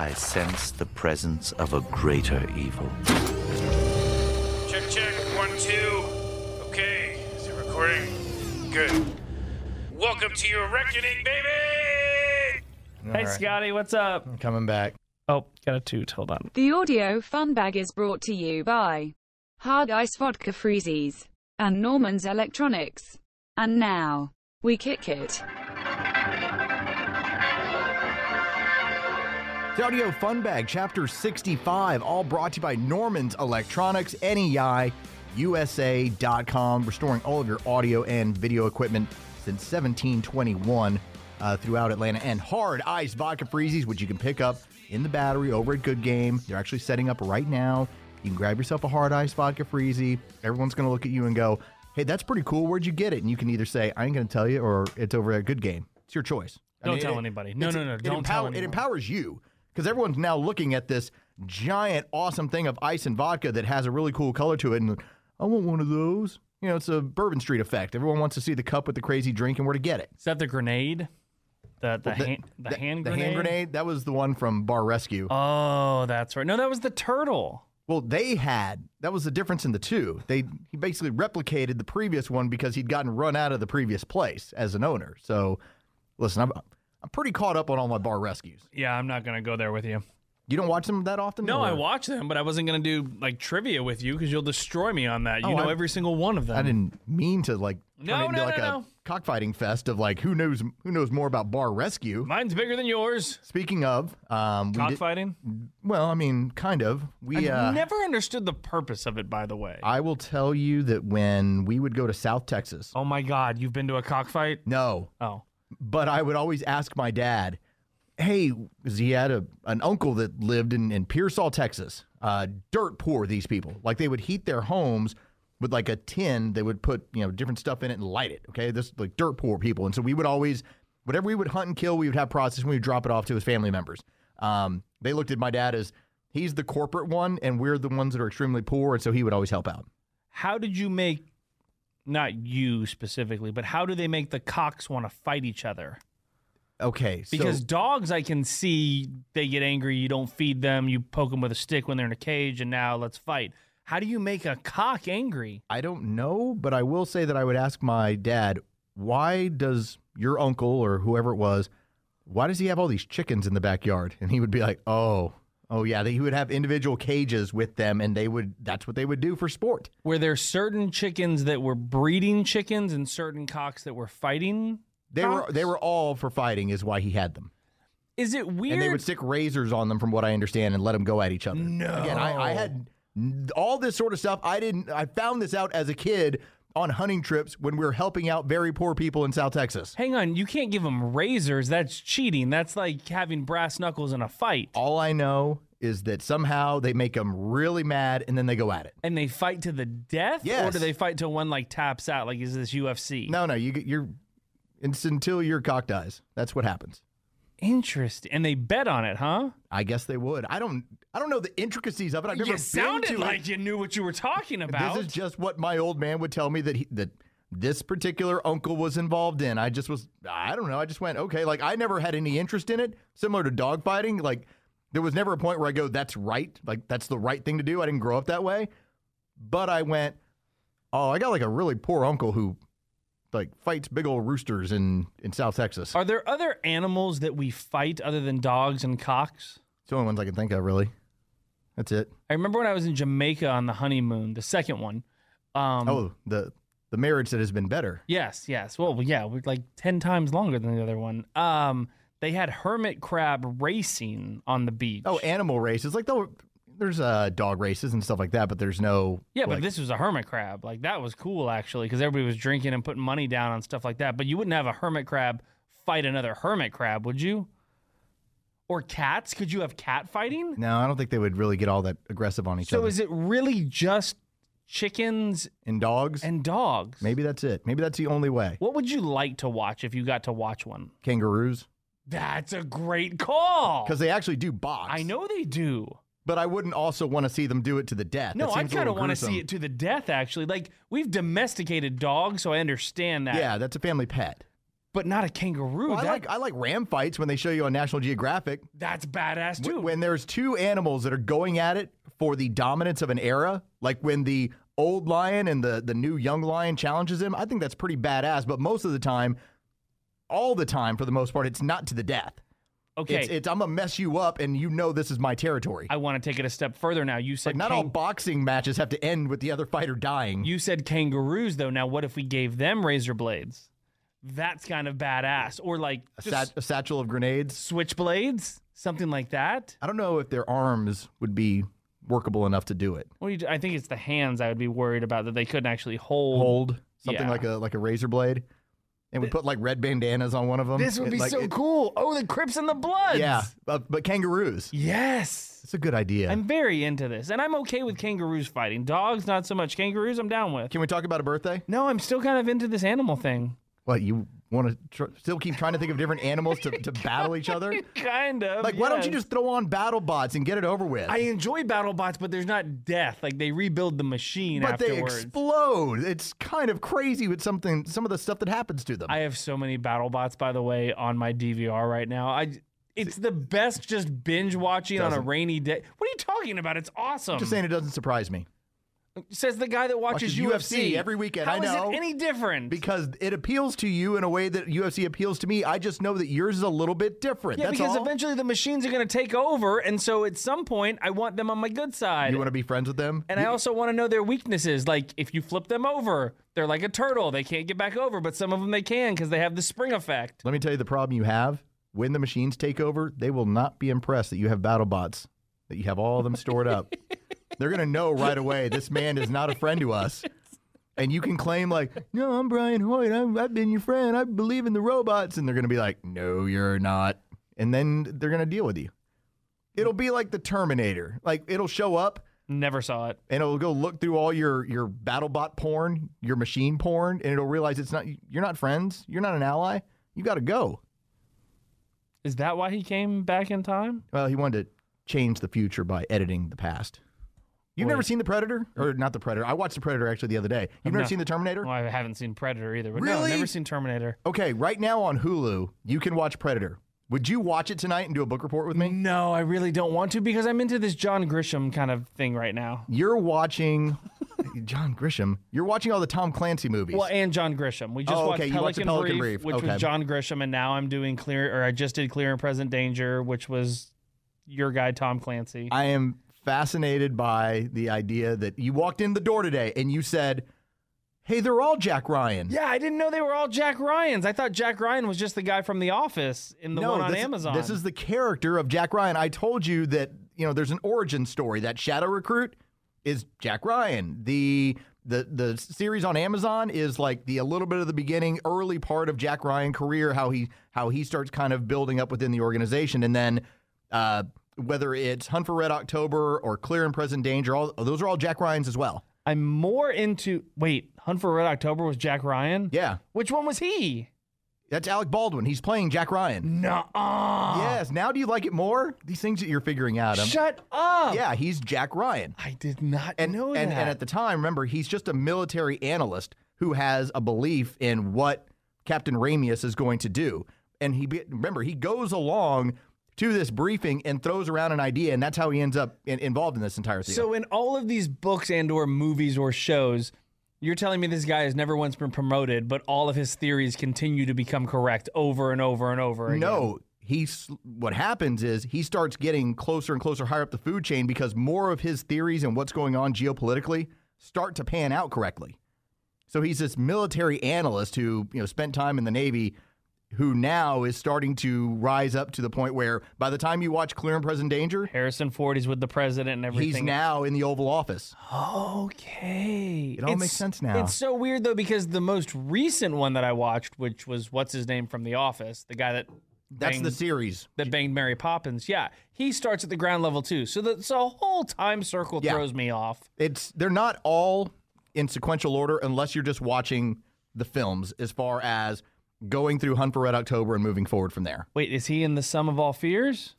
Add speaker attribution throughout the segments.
Speaker 1: I sense the presence of a greater evil.
Speaker 2: Check, check. One, two. Okay. Is it recording? Good. Welcome to your reckoning, baby!
Speaker 3: Hey, Scotty, what's up?
Speaker 4: I'm coming back.
Speaker 3: Oh, got a toot. Hold on.
Speaker 5: The audio fun bag is brought to you by Hard Ice Vodka Freezies and Norman's Electronics. And now, we kick it.
Speaker 4: The Audio Fun Bag, Chapter 65, all brought to you by Norman's Electronics, E NEI, USA.com, restoring all of your audio and video equipment since 1721 uh, throughout Atlanta, and hard ice vodka freezies, which you can pick up in the battery over at Good Game. They're actually setting up right now. You can grab yourself a hard ice vodka freezy. Everyone's going to look at you and go, hey, that's pretty cool. Where'd you get it? And you can either say, I ain't going to tell you, or it's over at Good Game. It's your choice. I
Speaker 3: Don't
Speaker 4: mean,
Speaker 3: tell
Speaker 4: it-
Speaker 3: anybody. No,
Speaker 4: it's-
Speaker 3: no, no.
Speaker 4: it
Speaker 3: Don't tell
Speaker 4: empower- It
Speaker 3: anyone.
Speaker 4: empowers you because everyone's now looking at this giant, awesome thing of ice and vodka that has a really cool color to it, and I want one of those. You know, it's a Bourbon Street effect. Everyone wants to see the cup with the crazy drink and where to get it.
Speaker 3: Is that the grenade? The the, hand, the, hand
Speaker 4: the
Speaker 3: grenade.
Speaker 4: hand grenade. That was the one from Bar Rescue.
Speaker 3: Oh, that's right. No, that was the turtle.
Speaker 4: Well, they had that was the difference in the two. They he basically replicated the previous one because he'd gotten run out of the previous place as an owner. So, listen, I'm I'm pretty caught up on all my bar rescues.
Speaker 3: Yeah, I'm not gonna go there with you.
Speaker 4: You don't watch them that often?
Speaker 3: No, I
Speaker 4: or-
Speaker 3: watch them, but I wasn't gonna do like trivia with you because you'll destroy me on that. You
Speaker 4: Oh,
Speaker 3: know
Speaker 4: I-
Speaker 3: every single one of them.
Speaker 4: I didn't mean to like turn
Speaker 3: No,
Speaker 4: it into
Speaker 3: no,
Speaker 4: like
Speaker 3: no,
Speaker 4: a
Speaker 3: no.
Speaker 4: cockfighting fest of like who knows who knows more about bar rescue.
Speaker 3: Mine's bigger than yours.
Speaker 4: Speaking of, um, we did,
Speaker 3: Cockfighting.
Speaker 4: well, I mean, kind of. We uh,
Speaker 3: I never understood the purpose of it. By the way.
Speaker 4: I will tell you that when we would go to South Texas,
Speaker 3: oh my God, you've been to a cockfight?
Speaker 4: no,
Speaker 3: Oh,
Speaker 4: but I would always ask my dad, hey, 'cause he had a, an uncle that lived in, in Pearsall, Texas. Uh, dirt poor, these people. Like they would heat their homes with like a tin. They would put, you know, different stuff in it and light it. Okay. This like dirt poor people. And so we would always, whatever we would hunt and kill, we would have processed and we would drop it off to his family members. Um, they looked at my dad as he's the corporate one and we're the ones that are extremely poor. And so he would always help out.
Speaker 3: how did you make? Not you specifically, but how do they make the cocks want to fight each other?
Speaker 4: Okay. So,
Speaker 3: Because dogs, I can see they get angry. You don't feed them. You poke them with a stick when they're in a cage, and now let's fight. How do you make a cock angry?
Speaker 4: I don't know, but I will say that I would ask my dad, why does your uncle or whoever it was, why does he have all these chickens in the backyard? And he would be like, oh, oh yeah, that he would have individual cages with them, and they would that's what they would do for sport.
Speaker 3: Were there certain chickens that were breeding chickens and certain cocks that were fighting?
Speaker 4: They were they were all for fighting, is why he had them,
Speaker 3: Is it weird?
Speaker 4: and they would stick razors on them, from what I understand, and let them go at each other. No, again, I, I had all this sort of stuff. I didn't. I found this out as a kid on hunting trips when we were helping out very poor people in South Texas.
Speaker 3: Hang on, you can't give them razors. That's cheating. That's like having brass knuckles in a fight.
Speaker 4: All I know is that somehow they make them really mad and then they go at it.
Speaker 3: And they fight to the death? Or
Speaker 4: Yes.
Speaker 3: do they fight till one like taps out? Like, is this UFC?
Speaker 4: No, no, you get your. It's until your cock dies. That's what happens.
Speaker 3: Interesting. And they bet on it, huh?
Speaker 4: I guess they would. I don't. I don't know the intricacies of it. I've never
Speaker 3: You
Speaker 4: been to
Speaker 3: sounded
Speaker 4: it.
Speaker 3: like you knew what you were talking about.
Speaker 4: This is just what my old man would tell me that he, that this particular uncle was involved in. I just was. I don't know. I just went okay. Like I never had any interest in it. Similar to dog fighting. Like there was never a point where I go, "That's right. Like that's the right thing to do." I didn't grow up that way. But I went, "Oh, I got like a really poor uncle who." Like fights big old roosters in in South Texas.
Speaker 3: Are there other animals that we fight other than dogs and cocks?
Speaker 4: It's the only ones I can think of, really. That's it.
Speaker 3: I remember when I was in Jamaica on the honeymoon, the second one. Um,
Speaker 4: Oh, the the marriage that has been better.
Speaker 3: Yes, yes. Well, yeah, we're like 10 times longer than the other one. Um, they had hermit crab racing on the beach.
Speaker 4: Oh, animal races. Like though, there's uh, dog races and stuff like that, but there's no.
Speaker 3: yeah, but
Speaker 4: like-
Speaker 3: this was a hermit crab. Like, that was cool, actually, because everybody was drinking and putting money down on stuff like that. But you wouldn't have a hermit crab fight another hermit crab, would you? Or cats? Could you have cat fighting?
Speaker 4: No, I don't think they would really get all that aggressive on each
Speaker 3: So
Speaker 4: other.
Speaker 3: is it really just chickens
Speaker 4: and dogs?
Speaker 3: and dogs?
Speaker 4: Maybe that's it. Maybe that's the only way.
Speaker 3: What would you like to watch if you got to watch one?
Speaker 4: Kangaroos,
Speaker 3: That's a great call.
Speaker 4: because they actually do box.
Speaker 3: I know they do.
Speaker 4: but I wouldn't also want to see them do it to the death.
Speaker 3: No,
Speaker 4: That
Speaker 3: I
Speaker 4: seems a
Speaker 3: kind of
Speaker 4: little
Speaker 3: want to
Speaker 4: gruesome.
Speaker 3: see it to the death. Actually, like we've domesticated dogs, so I understand that.
Speaker 4: Yeah, that's a family pet.
Speaker 3: but not a kangaroo.
Speaker 4: Well, I
Speaker 3: That-
Speaker 4: like I like ram fights when they show you on National Geographic.
Speaker 3: that's badass
Speaker 4: Wh-
Speaker 3: too.
Speaker 4: When there's two animals that are going at it for the dominance of an era, like when the old lion and the, the new young lion challenges him, I think that's pretty badass. But most of the time, all the time for the most part, it's not to the death.
Speaker 3: okay,
Speaker 4: It's, it's I'm gonna mess you up, and you know this is my territory.
Speaker 3: I want to take it a step further now. You said
Speaker 4: like not
Speaker 3: kang-
Speaker 4: all boxing matches have to end with the other fighter dying.
Speaker 3: you said kangaroos though. Now, what if we gave them razor blades? That's kind of badass. Or like
Speaker 4: a,
Speaker 3: just
Speaker 4: sat- a satchel of grenades.
Speaker 3: switchblades, something like that.
Speaker 4: I don't know if their arms would be workable enough to do it.
Speaker 3: What do you, I think it's the hands I would be worried about that they couldn't actually hold.
Speaker 4: Hold something
Speaker 3: Yeah.
Speaker 4: like a like a razor blade, and we put like red bandanas on one of them.
Speaker 3: This would
Speaker 4: It-
Speaker 3: be
Speaker 4: like,
Speaker 3: so
Speaker 4: it-
Speaker 3: cool. Oh, the Crips and the Bloods.
Speaker 4: Yeah, but, but kangaroos.
Speaker 3: Yes.
Speaker 4: It's a good idea.
Speaker 3: I'm very into this, and I'm okay with kangaroos fighting. Dogs, not so much. Kangaroos, I'm down with.
Speaker 4: Can we talk about a birthday?
Speaker 3: No, I'm still kind of into this animal thing.
Speaker 4: What you want to tr- still keep trying to think of different animals to, to battle each other?
Speaker 3: kind of.
Speaker 4: Like, why don't you
Speaker 3: yes.
Speaker 4: just throw on battle bots and get it over with?
Speaker 3: I enjoy battle bots, but there's not death. Like they rebuild the machine
Speaker 4: but they
Speaker 3: afterwards.
Speaker 4: explode. It's kind of crazy with something, some of the stuff that happens to them.
Speaker 3: I have so many battle bots, by the way, on my DVR right now. I. It's the best just binge watching on a
Speaker 4: Doesn't-
Speaker 3: rainy day. What are you talking about? It's awesome.
Speaker 4: Just saying, it doesn't surprise me
Speaker 3: Says the guy that watches,
Speaker 4: Watches UFC every weekend.
Speaker 3: How
Speaker 4: I
Speaker 3: is
Speaker 4: know.
Speaker 3: it any different?
Speaker 4: because it appeals to you in a way that UFC appeals to me. I just know that yours is a little bit different.
Speaker 3: yeah,
Speaker 4: That's
Speaker 3: because
Speaker 4: all.
Speaker 3: eventually the machines are going to take over, and so at some point I want them on my good side.
Speaker 4: you want to be friends with them.
Speaker 3: And I also want to know their weaknesses. Like if you flip them over, they're like a turtle. They can't get back over, but some of them they can because they have the spring effect.
Speaker 4: Let me tell you the problem you have. When the machines take over, they will not be impressed that you have battle bots, that you have all of them stored up. They're going to know right away this man is not a friend to us. And you can claim, like, no, I'm Brian Hoyt. I've, I've been your friend. I believe in the robots. And they're going to be like, no, you're not. And then they're going to deal with you. It'll be like the Terminator. Like, it'll show up
Speaker 3: Never saw it.
Speaker 4: and it'll go look through all your your BattleBot porn, your machine porn, and it'll realize it's not you're not friends, you're not an ally. You got to go.
Speaker 3: Is that why he came back in time?
Speaker 4: Well, he wanted to change the future by editing the past. You've never
Speaker 3: Wait.
Speaker 4: seen the Predator, or not the Predator? I watched the Predator actually the other day. You've never
Speaker 3: not-
Speaker 4: seen the Terminator?
Speaker 3: Well, I haven't seen Predator either. But no,
Speaker 4: Really?
Speaker 3: never seen Terminator.
Speaker 4: Okay, right now on Hulu, you can watch Predator. Would you watch it tonight and do a book report with me?
Speaker 3: No, I really don't want to because I'm into this John Grisham kind of thing right now.
Speaker 4: You're watching John Grisham. You're watching all the Tom Clancy movies.
Speaker 3: Well, and John Grisham. We just
Speaker 4: Oh,
Speaker 3: watched
Speaker 4: okay, you
Speaker 3: Pelican,
Speaker 4: watched the Pelican
Speaker 3: Brief,
Speaker 4: Brief.
Speaker 3: which
Speaker 4: Okay.
Speaker 3: was John Grisham, and now I'm doing clear, or I just did Clear and Present Danger, which was your guy Tom Clancy.
Speaker 4: I am fascinated by the idea that you walked in the door today and you said, "Hey, they're all Jack Ryan."
Speaker 3: yeah, I didn't know they were all Jack Ryan's. I thought Jack Ryan was just the guy from The Office in the
Speaker 4: no,
Speaker 3: one on
Speaker 4: this,
Speaker 3: Amazon.
Speaker 4: This is the character of Jack Ryan. I told you that you know there's an origin story. That shadow recruit is Jack Ryan. The the the series on Amazon is like the a little bit of the beginning, early part of Jack Ryan career. How he how he starts kind of building up within the organization, and then. Uh, whether it's Hunt for Red October or Clear and Present Danger, all those are all Jack Ryan's as well.
Speaker 3: I'm more into. Wait, Hunt for Red October was Jack Ryan?
Speaker 4: Yeah,
Speaker 3: Which one was he?
Speaker 4: That's Alec Baldwin. He's playing Jack Ryan.
Speaker 3: Nuh-uh.
Speaker 4: Yes. Now do you like it more? These things that you're figuring out. um,
Speaker 3: Shut up.
Speaker 4: yeah, he's Jack Ryan.
Speaker 3: Oh. I did not
Speaker 4: And,
Speaker 3: know
Speaker 4: and,
Speaker 3: that.
Speaker 4: and at the time, remember, he's just a military analyst who has a belief in what Captain Ramius is going to do. And he be, remember, he goes along to this briefing and throws around an idea, and that's how he ends up in, involved in this entire thing.
Speaker 3: So in all of these books and or movies or shows, you're telling me this guy has never once been promoted, but all of his theories continue to become correct over and over and over again.
Speaker 4: No, he's what happens is he starts getting closer and closer higher up the food chain because more of his theories and what's going on geopolitically start to pan out correctly. So he's this military analyst who, you know, spent time in the Navy who now is starting to rise up to the point where by the time you watch Clear and Present Danger,
Speaker 3: Harrison Ford is with the president and everything.
Speaker 4: he's now in the Oval Office.
Speaker 3: okay.
Speaker 4: It all makes sense now.
Speaker 3: It's so weird though because the most recent one that I watched, which was what's his name from The Office, the guy that
Speaker 4: That's
Speaker 3: banged-
Speaker 4: the series.
Speaker 3: that banged Mary Poppins. Yeah, he starts at the ground level too. So the so whole time circle
Speaker 4: Yeah.
Speaker 3: throws me off.
Speaker 4: It's they're not all in sequential order unless you're just watching the films as far as going through Hunt for Red October and moving forward from there.
Speaker 3: Wait, is he in the sum of all fears?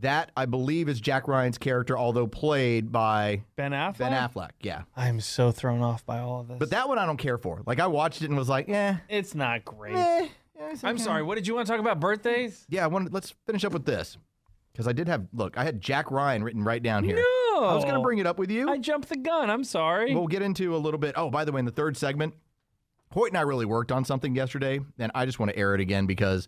Speaker 4: That I believe is Jack Ryan's character, although played by
Speaker 3: Ben Affleck.
Speaker 4: Ben Affleck. Yeah.
Speaker 3: I'm so thrown off by all of this.
Speaker 4: But that one I don't care for. Like I watched it and was like, eh.
Speaker 3: it's not great.
Speaker 4: eh, eh, it's
Speaker 3: I'm
Speaker 4: okay.
Speaker 3: sorry. What did you want to talk about? Birthdays?
Speaker 4: Yeah, I wanted, let's finish up with this because I did have look. I had Jack Ryan written right down here.
Speaker 3: No.
Speaker 4: I was gonna bring it up with you.
Speaker 3: I jumped the gun. I'm sorry.
Speaker 4: We'll get into a little bit. Oh, by the way, in the third segment, Hoyt and I really worked on something yesterday, and I just want to air it again because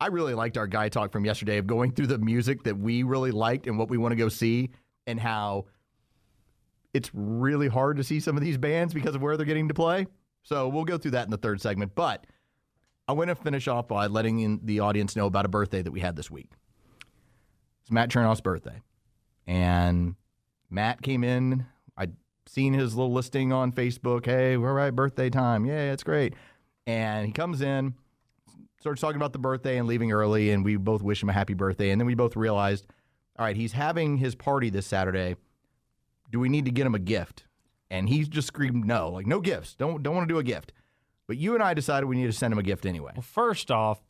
Speaker 4: I really liked our guy talk from yesterday of going through the music that we really liked and what we want to go see, and how it's really hard to see some of these bands because of where they're getting to play. So we'll go through that in the third segment. But I want to finish off by letting in the audience know about a birthday that we had this week. It's Matt Chernoff's birthday, and Matt came in. I'd seen his little listing on Facebook. Hey, all right, birthday time. Yeah, it's great. And he comes in, starts talking about the birthday and leaving early, and we both wish him a happy birthday. And then we both realized, all right, he's having his party this Saturday. Do we need to get him a gift? And he just screamed no, like no gifts. Don't don't want to do a gift. But you and I decided we need to send him a gift anyway.
Speaker 3: Well, first off,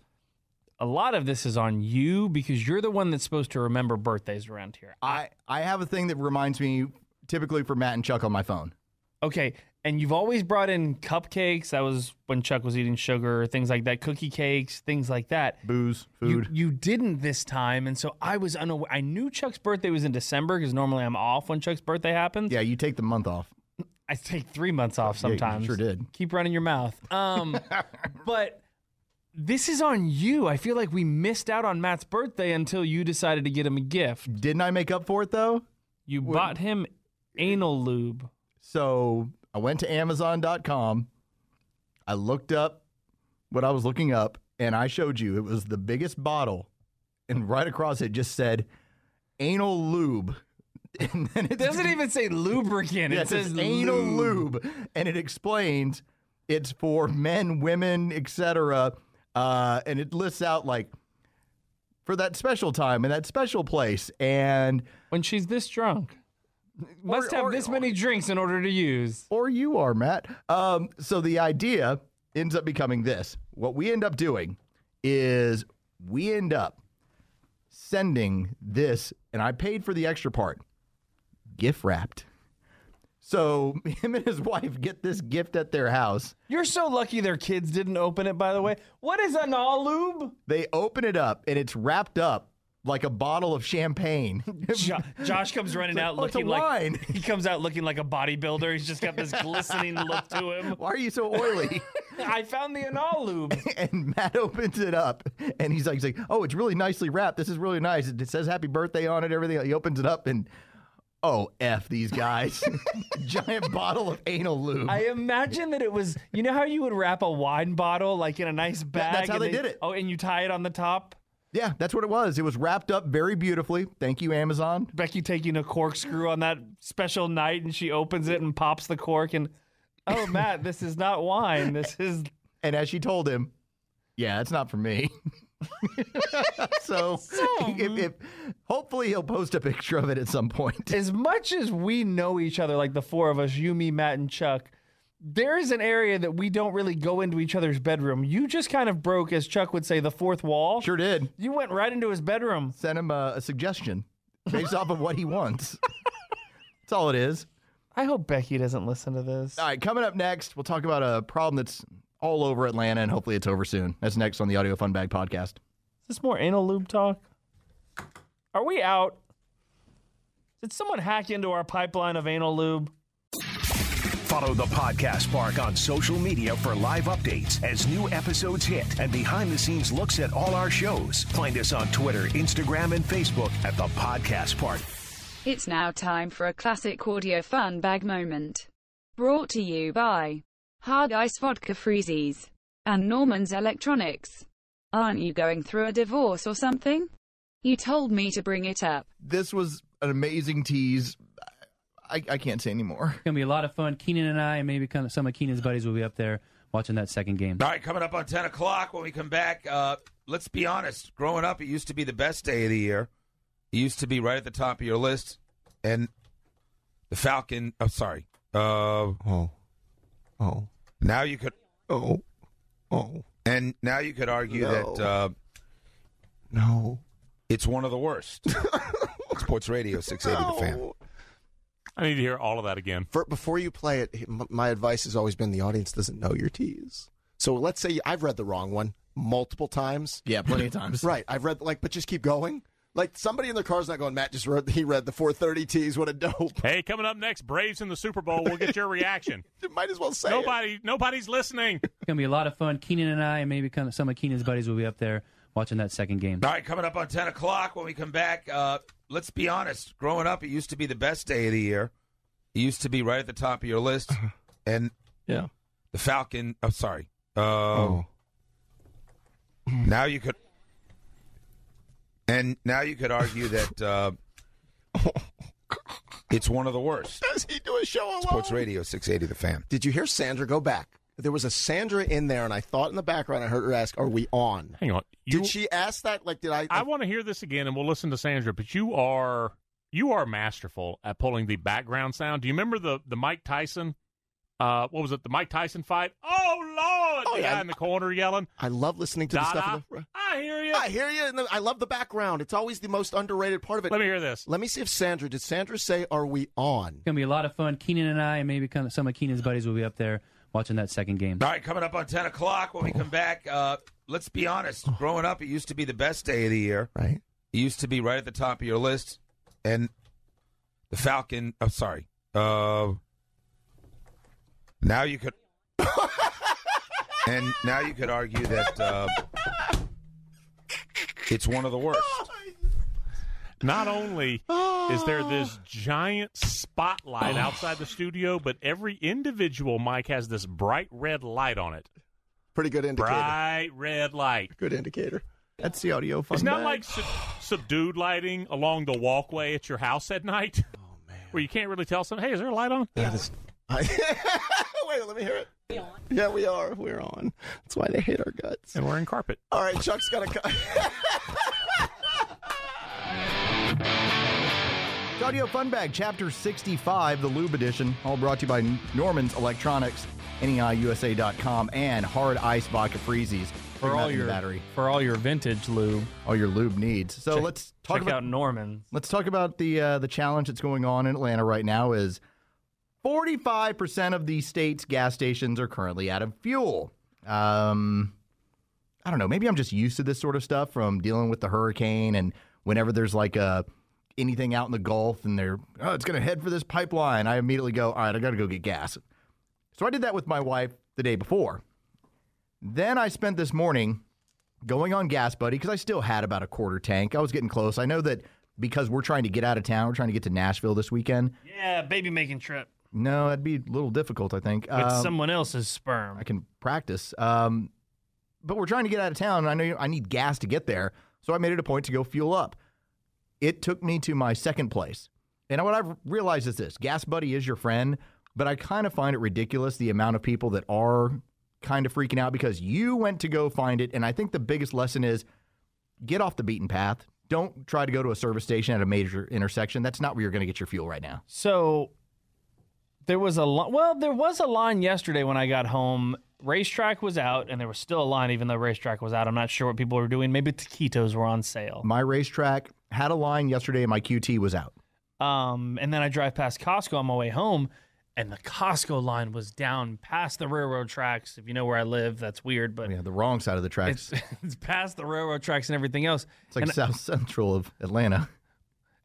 Speaker 3: a lot of this is on you because you're the one that's supposed to remember birthdays around here.
Speaker 4: I I have a thing that reminds me typically for Matt and Chuck on my phone.
Speaker 3: Okay, and you've always brought in cupcakes. That was when Chuck was eating sugar, things like that, cookie cakes, things like that.
Speaker 4: Booze,
Speaker 3: You,
Speaker 4: food.
Speaker 3: you didn't this time, and so I was unaware. I knew Chuck's birthday was in December because normally I'm off when Chuck's birthday happens.
Speaker 4: yeah, you take the month off.
Speaker 3: I take three months off
Speaker 4: Yeah, you
Speaker 3: sometimes.
Speaker 4: sure did.
Speaker 3: Keep running your mouth. Um, but this is on you. I feel like we missed out on Matt's birthday until you decided to get him a gift.
Speaker 4: Didn't I make up for it though?
Speaker 3: You bought him anal lube.
Speaker 4: So I went to Amazon.com. I looked up what I was looking up, and I showed you it was the biggest bottle, and right across it just said anal lube. And then it
Speaker 3: It doesn't even say lubricant.
Speaker 4: yeah,
Speaker 3: it says
Speaker 4: anal
Speaker 3: lube.
Speaker 4: lube, and it explains it's for men, women, etc. Uh, and it lists out like for that special time and that special place, and
Speaker 3: When she's this drunk, must have
Speaker 4: or-
Speaker 3: this many drinks in order to use.
Speaker 4: or you are, Matt. Um, so the idea ends up becoming this. What we end up doing is we end up sending this, and I paid for the extra part, gift wrapped. So him and his wife get this gift at their house.
Speaker 3: You're so lucky their kids didn't open it, by the way. What is an all lube?
Speaker 4: They open it up, and it's wrapped up like a bottle of champagne.
Speaker 3: Jo- Josh comes running out
Speaker 4: "Oh, it's a
Speaker 3: looking like
Speaker 4: wine."
Speaker 3: he comes out looking like a bodybuilder. He's just got this glistening look to him.
Speaker 4: Why are you so oily?
Speaker 3: I found the anal lube.
Speaker 4: and Matt opens it up and he's like, he's like, oh, it's really nicely wrapped. This is really nice. It it says happy birthday on it, everything. He opens it up and oh, F these guys. Giant bottle of anal lube.
Speaker 3: I imagine that it was you know how you would wrap a wine bottle like in a nice bag.
Speaker 4: that's how
Speaker 3: and
Speaker 4: they
Speaker 3: then-
Speaker 4: did it.
Speaker 3: Oh, and you tie it on the top.
Speaker 4: yeah, that's what it was. It was wrapped up very beautifully. Thank you, Amazon.
Speaker 3: Becky taking a corkscrew on that special night and she opens it and pops the cork and oh Matt, this is not wine. This is
Speaker 4: And as she told him, yeah, it's not for me. so if, if, hopefully he'll post a picture of it at some point.
Speaker 3: as much as we know each other, like the four of us, you, me, Matt, and Chuck, there is an area that we don't really go into each other's bedroom. You just kind of broke, as Chuck would say, the fourth wall.
Speaker 4: Sure did.
Speaker 3: You went right into his bedroom.
Speaker 4: Send him a, a suggestion based off of what he wants. That's all it is.
Speaker 3: I hope Becky doesn't listen to this.
Speaker 4: All right, coming up next, we'll talk about a problem that's all over Atlanta, and hopefully it's over soon. That's next on the Audio Fun Bag Podcast.
Speaker 3: Is this more anal lube talk? Are we out? Did someone hack into our pipeline of anal lube?
Speaker 6: Follow the Podcast Park on social media for live updates as new episodes hit and behind the scenes looks at all our shows. Find us on Twitter, Instagram, and Facebook at the Podcast Park.
Speaker 5: It's now time for a classic audio fun bag moment. Brought to you by Hard Ice Vodka Freezies and Norman's Electronics. Aren't you going through a divorce or something? You told me to bring it up.
Speaker 4: This was an amazing tease. I, I can't say anymore.
Speaker 7: It's gonna be a lot of fun. Keenan and I, and maybe kind of some of Keenan's buddies will be up there. watching that second game.
Speaker 8: All right, coming up on 10 o'clock when we come back. Uh, let's be honest. Growing up, it used to be the best day of the year. It used to be right at the top of your list. And the Falcon, oh, sorry. Uh,
Speaker 4: Oh, oh,
Speaker 8: now you could,
Speaker 4: oh, oh,
Speaker 8: and now you could argue
Speaker 4: No.
Speaker 8: that uh,
Speaker 4: no.
Speaker 8: it's one of the worst. Sports Radio 680 The Fan.
Speaker 9: I need to hear all of that again.
Speaker 10: For, before you play it, m- my advice has always been the audience doesn't know your teas. So let's say I've read the wrong one multiple times.
Speaker 4: Yeah, plenty of times.
Speaker 10: Right, I've read like, but just keep going. Like somebody in their car's not going. Matt just read. He read the 4:30 teas. What a dope!
Speaker 9: Hey, coming up next, Braves in the Super Bowl. We'll get your reaction.
Speaker 10: You might as well say it.
Speaker 9: Nobody, nobody's listening.
Speaker 7: It's gonna be a lot of fun. Keenan and I, and maybe kind of some of Keenan's buddies, will be up there watching that second game.
Speaker 8: All right, coming up on 10 o'clock when we come back. Uh, let's be honest. Growing up, it used to be the best day of the year. It used to be right at the top of your list. And
Speaker 4: Yeah.
Speaker 8: the Falcon, oh, sorry. Uh,
Speaker 10: Oh.
Speaker 8: Now you could. And now you could argue that uh, it's one of the worst.
Speaker 10: Does he do a show alone?
Speaker 8: Sports Radio 680 The Fan.
Speaker 10: Did you hear Sandra go back? There was a Sandra in there, and I thought in the background I heard her ask, "Are we on?"
Speaker 9: Hang on.
Speaker 10: did she ask that? Like, did I?
Speaker 9: I want to hear this again, and we'll listen to Sandra. But you are you are masterful at pulling the background sound. Do you remember the the Mike Tyson? Uh, what was it? The Mike Tyson fight? Oh Lord!
Speaker 10: Oh,
Speaker 9: the
Speaker 10: yeah.
Speaker 9: guy in the corner yelling,
Speaker 10: I love listening to the
Speaker 9: "Dada,
Speaker 10: stuff. in the-
Speaker 9: I hear you."
Speaker 10: I hear you. And the- I love the background. It's always the most underrated part of it.
Speaker 9: Let me hear this.
Speaker 10: Let me see if Sandra did Sandra say are we on?
Speaker 7: It's gonna be a lot of fun. Keenan and I, and maybe kind of some of Keenan's buddies, will be up there watching that second game.
Speaker 8: All right, coming up on 10 o'clock when we come back. Uh, let's be honest. Growing up, it used to be the best day of the year.
Speaker 10: Right.
Speaker 8: It used to be right at the top of your list. And the Falcon, oh, sorry. Uh, now you could. and now you could argue that uh, it's one of the worst.
Speaker 9: Not only is
Speaker 10: Ah.
Speaker 9: there this giant spotlight outside the studio, but every individual mic has this bright red light on it.
Speaker 10: Pretty good indicator.
Speaker 9: Bright red light.
Speaker 10: Good indicator.
Speaker 4: That's the audio fun.
Speaker 9: It's not
Speaker 4: bag.
Speaker 9: like sub- subdued lighting along the walkway at your house at night.
Speaker 10: Oh,
Speaker 9: Where you can't really tell someone, hey, is there a light on?
Speaker 10: I- Wait, let me hear it. Yeah, we are. We're on. That's why they hate our guts.
Speaker 9: And we're in carpet.
Speaker 10: All right, Chuck's got to cut.
Speaker 4: It's Audio Fun Bag, Chapter 65, the Lube Edition, all brought to you by Norman's Electronics, E NEIUSA.com, and Hard Ice Vodka Freezies. Bring
Speaker 3: for
Speaker 4: that
Speaker 3: all
Speaker 4: in the
Speaker 3: your
Speaker 4: battery,
Speaker 3: for all your vintage lube.
Speaker 4: all your lube needs. So let's talk
Speaker 3: check
Speaker 4: about
Speaker 3: out Norman's.
Speaker 4: let's talk about the uh, the challenge that's going on in Atlanta right now. Is 45 percent of the state's gas stations are currently out of fuel. Um, I don't know. Maybe I'm just used to this sort of stuff from dealing with the hurricane and whenever there's like a anything out in the Gulf and they're oh it's gonna head for this pipeline. I immediately go all right. I gotta go get gas. So I did that with my wife the day before. Then I spent this morning going on gas buddy because i still had about a quarter tank i was getting close i know that because we're trying to get out of town we're trying to get to nashville this weekend
Speaker 3: Yeah, baby making trip
Speaker 4: no that'd be a little difficult i think
Speaker 3: with
Speaker 4: Um,
Speaker 3: someone else's sperm.
Speaker 4: i can practice um, but we're trying to get out of town and i know i need gas to get there so i made it a point to go fuel up it took me to my second place and what i've realized is this gas buddy is your friend but i kind of find it ridiculous the amount of people that are kind of freaking out because you went to go find it and i think the biggest lesson is get off the beaten path. Don't try to go to a service station at a major intersection. That's not where you're going to get your fuel right now.
Speaker 3: So there was a line. Well, there was a line yesterday when I got home. Racetrack was out, and there was still a line, even though racetrack was out. I'm not sure what people were doing. Maybe taquitos were on sale.
Speaker 4: My racetrack had a line yesterday and my QT was out.
Speaker 3: Um, and then I drive past Costco on my way home, and the Costco line was down past the railroad tracks. If you know where I live, that's weird, but
Speaker 4: Yeah, the wrong side of the tracks.
Speaker 3: it's, it's past the railroad tracks and everything else.
Speaker 4: It's like
Speaker 3: and,
Speaker 4: south central of Atlanta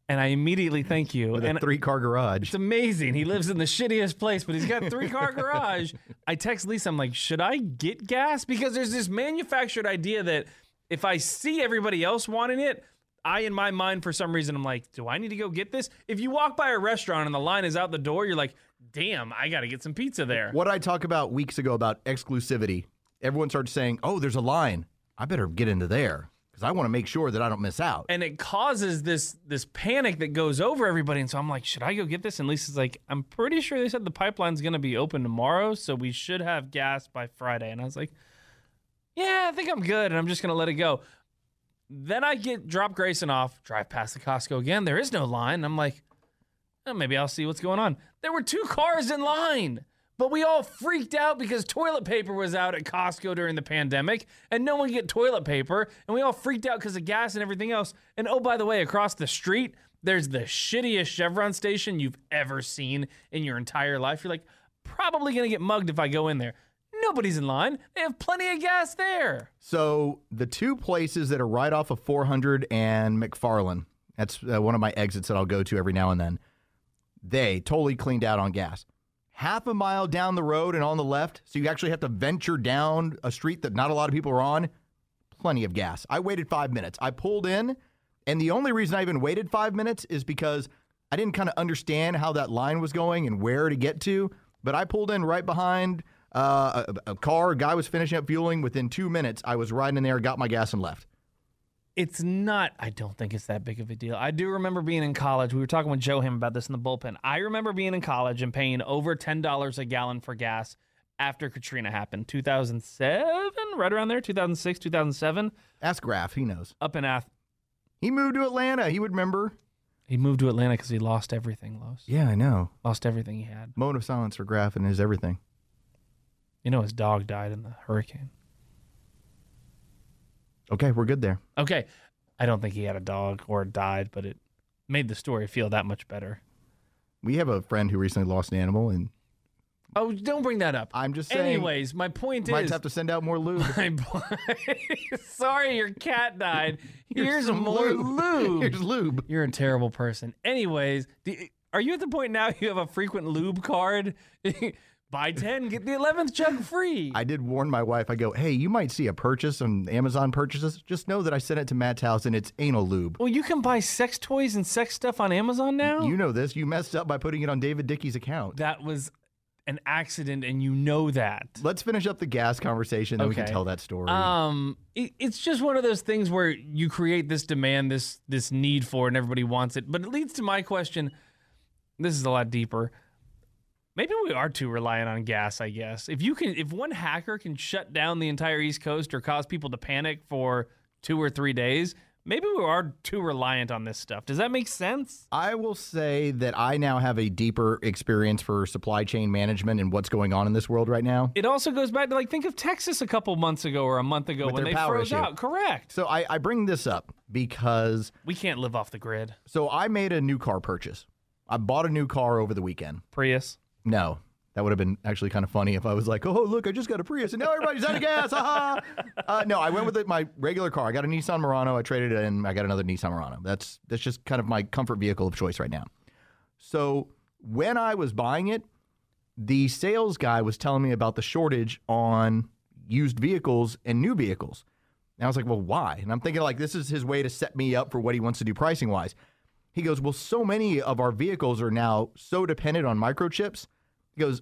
Speaker 3: and I immediately thank you.
Speaker 4: with
Speaker 3: and
Speaker 4: a three car garage.
Speaker 3: It's amazing. He lives in the shittiest place, but he's got a three car garage. I text Lisa, I'm like, should I get gas? Because there's this manufactured idea that if I see everybody else wanting it, I, in my mind, for some reason, I'm like, do I need to go get this? If you walk by a restaurant and the line is out the door, you're like, damn, I got to get some pizza there.
Speaker 4: What I talk about weeks ago about exclusivity, everyone starts saying, oh, there's a line. I better get into there. 'cause because I want to make sure that I don't miss out.
Speaker 3: and it causes this this panic that goes over everybody. And so I'm like, should I go get this? And Lisa's like, I'm pretty sure they said the pipeline's gonna be open tomorrow, so we should have gas by Friday. And I was like, yeah, I think I'm good, and I'm just gonna let it go. Then I get drop Grayson off, drive past the Costco again. There is no line. I'm like, "Oh, maybe I'll see what's going on. There were two cars in line, but we all freaked out because toilet paper was out at Costco during the pandemic, and no one could get toilet paper, and we all freaked out because of gas and everything else. And oh, by the way, across the street, there's the shittiest Chevron station you've ever seen in your entire life. You're like, probably gonna get mugged if I go in there. Nobody's in line. They have plenty of gas there.
Speaker 4: So the two places that are right off of 400 and McFarland, that's uh, one of my exits that I'll go to every now and then. They totally cleaned out on gas. Half a mile down the road and on the left, so you actually have to venture down a street that not a lot of people are on. Plenty of gas. I waited five minutes. I pulled in, and the only reason I even waited five minutes is because I didn't kind of understand how that line was going and where to get to. But I pulled in right behind uh, a, a car. A guy was finishing up fueling. Within two minutes, I was riding in there, got my gas, and left.
Speaker 3: It's not, I don't think it's that big of a deal. I do remember being in college. We were talking with Joe Him about this in the bullpen. I remember being in college and paying over $10 a gallon for gas after Katrina happened. 2007, right around there, 2006, 2007.
Speaker 4: Ask Graf, he knows.
Speaker 3: Up in Ath.
Speaker 4: He moved to Atlanta. He would remember.
Speaker 3: He moved to Atlanta because he lost everything, Los.
Speaker 4: Yeah, I know.
Speaker 3: Lost everything he had.
Speaker 4: Moment of silence for Graf and his everything.
Speaker 3: You know, his dog died in the hurricane.
Speaker 4: Okay, we're good there.
Speaker 3: Okay. I don't think he had a dog or died, but it made the story feel that much better.
Speaker 4: We have a friend who recently lost an animal, and
Speaker 3: Oh, don't bring that up.
Speaker 4: I'm just saying.
Speaker 3: Anyways, my point
Speaker 4: might
Speaker 3: is.
Speaker 4: have to send out more lube.
Speaker 3: My boy- Sorry, your cat died. Here's,
Speaker 4: some
Speaker 3: more
Speaker 4: lube.
Speaker 3: lube.
Speaker 4: Here's lube.
Speaker 3: You're a terrible person. Anyways, do, are you at the point now you have a frequent lube card? Buy 10, get the 11th jug free.
Speaker 4: I did warn my wife. I go, hey, you might see a purchase on Amazon purchases. Just know that I sent it to Matt's house, and it's anal lube.
Speaker 3: well, you can buy sex toys and sex stuff on Amazon now?
Speaker 4: You know this. You messed up by putting it on David Dickey's account.
Speaker 3: that was an accident, and you know that.
Speaker 4: Let's finish up the gas conversation, then we can
Speaker 3: Okay.
Speaker 4: tell that story.
Speaker 3: Um, it, it's just one of those things where you create this demand, this this need for, it, and everybody wants it. But it leads to my question. This is a lot deeper. Maybe we are too reliant on gas. I guess if you can, if one hacker can shut down the entire East Coast or cause people to panic for two or three days, maybe we are too reliant on this stuff. Does that make sense?
Speaker 4: I will say that I now have a deeper experience for supply chain management and what's going on in this world right now.
Speaker 3: It also goes back to like think of Texas a couple months ago or a month ago
Speaker 4: With
Speaker 3: when
Speaker 4: their
Speaker 3: they
Speaker 4: power
Speaker 3: froze
Speaker 4: issue.
Speaker 3: out. Correct.
Speaker 4: So I, I bring this up because
Speaker 3: We can't live off the grid.
Speaker 4: so I made a new car purchase. I bought a new car over the weekend.
Speaker 3: Prius.
Speaker 4: No, that would have been actually kind of funny if I was like, oh look, I just got a Prius and now everybody's out of gas. Aha! Uh, no, I went with it- my regular car. I got a Nissan Murano. I traded it in. I got another Nissan Murano. That's that's just kind of my comfort vehicle of choice right now. So when I was buying it, the sales guy was telling me about the shortage on used vehicles and new vehicles. And I was like, well, why? And I'm thinking, like, this is his way to set me up for what he wants to do pricing wise. He goes, well, so many of our vehicles are now so dependent on microchips. He goes,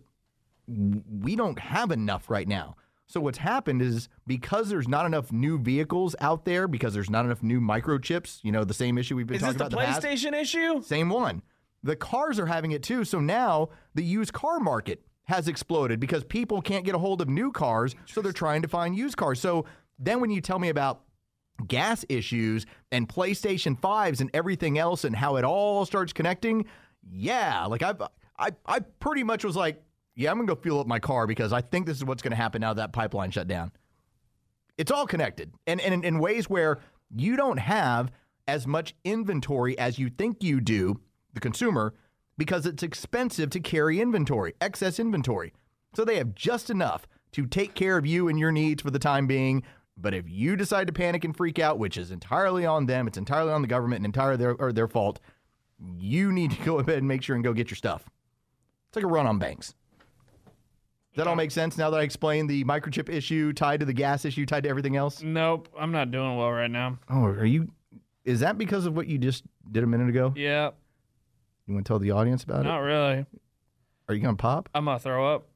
Speaker 4: we don't have enough right now. So what's happened is because there's not enough new vehicles out there, because there's not enough new microchips, you know, the same issue we've been
Speaker 3: Is this
Speaker 4: talking
Speaker 3: the
Speaker 4: about in the past.
Speaker 3: PlayStation issue?
Speaker 4: Same one. The cars are having it too. So now the used car market has exploded because people can't get a hold of new cars. So they're trying to find used cars. So then when you tell me about gas issues and PlayStation 5s and everything else and how it all starts connecting, yeah, like I've, I, I pretty much was like, yeah, I'm going to go fuel up my car because I think this is what's going to happen now that pipeline shut down it's all connected and, and in, in ways where you don't have as much inventory as you think you do the consumer because it's expensive to carry inventory excess inventory so they have just enough to take care of you and your needs for the time being but if you decide to panic and freak out which is entirely on them it's entirely on the government and entirely their, or their fault you need to go ahead and make sure and go get your stuff it's like a run on banks Does that all make sense now that I explained the microchip issue tied to the gas issue tied to everything else?
Speaker 3: Nope, I'm not doing well right now.
Speaker 4: Oh, are you? Is that because of what you just did a minute ago?
Speaker 3: Yeah,
Speaker 4: You want to tell the audience about
Speaker 3: not
Speaker 4: it?
Speaker 3: really.
Speaker 4: Are you gonna pop?
Speaker 3: I'm gonna throw up.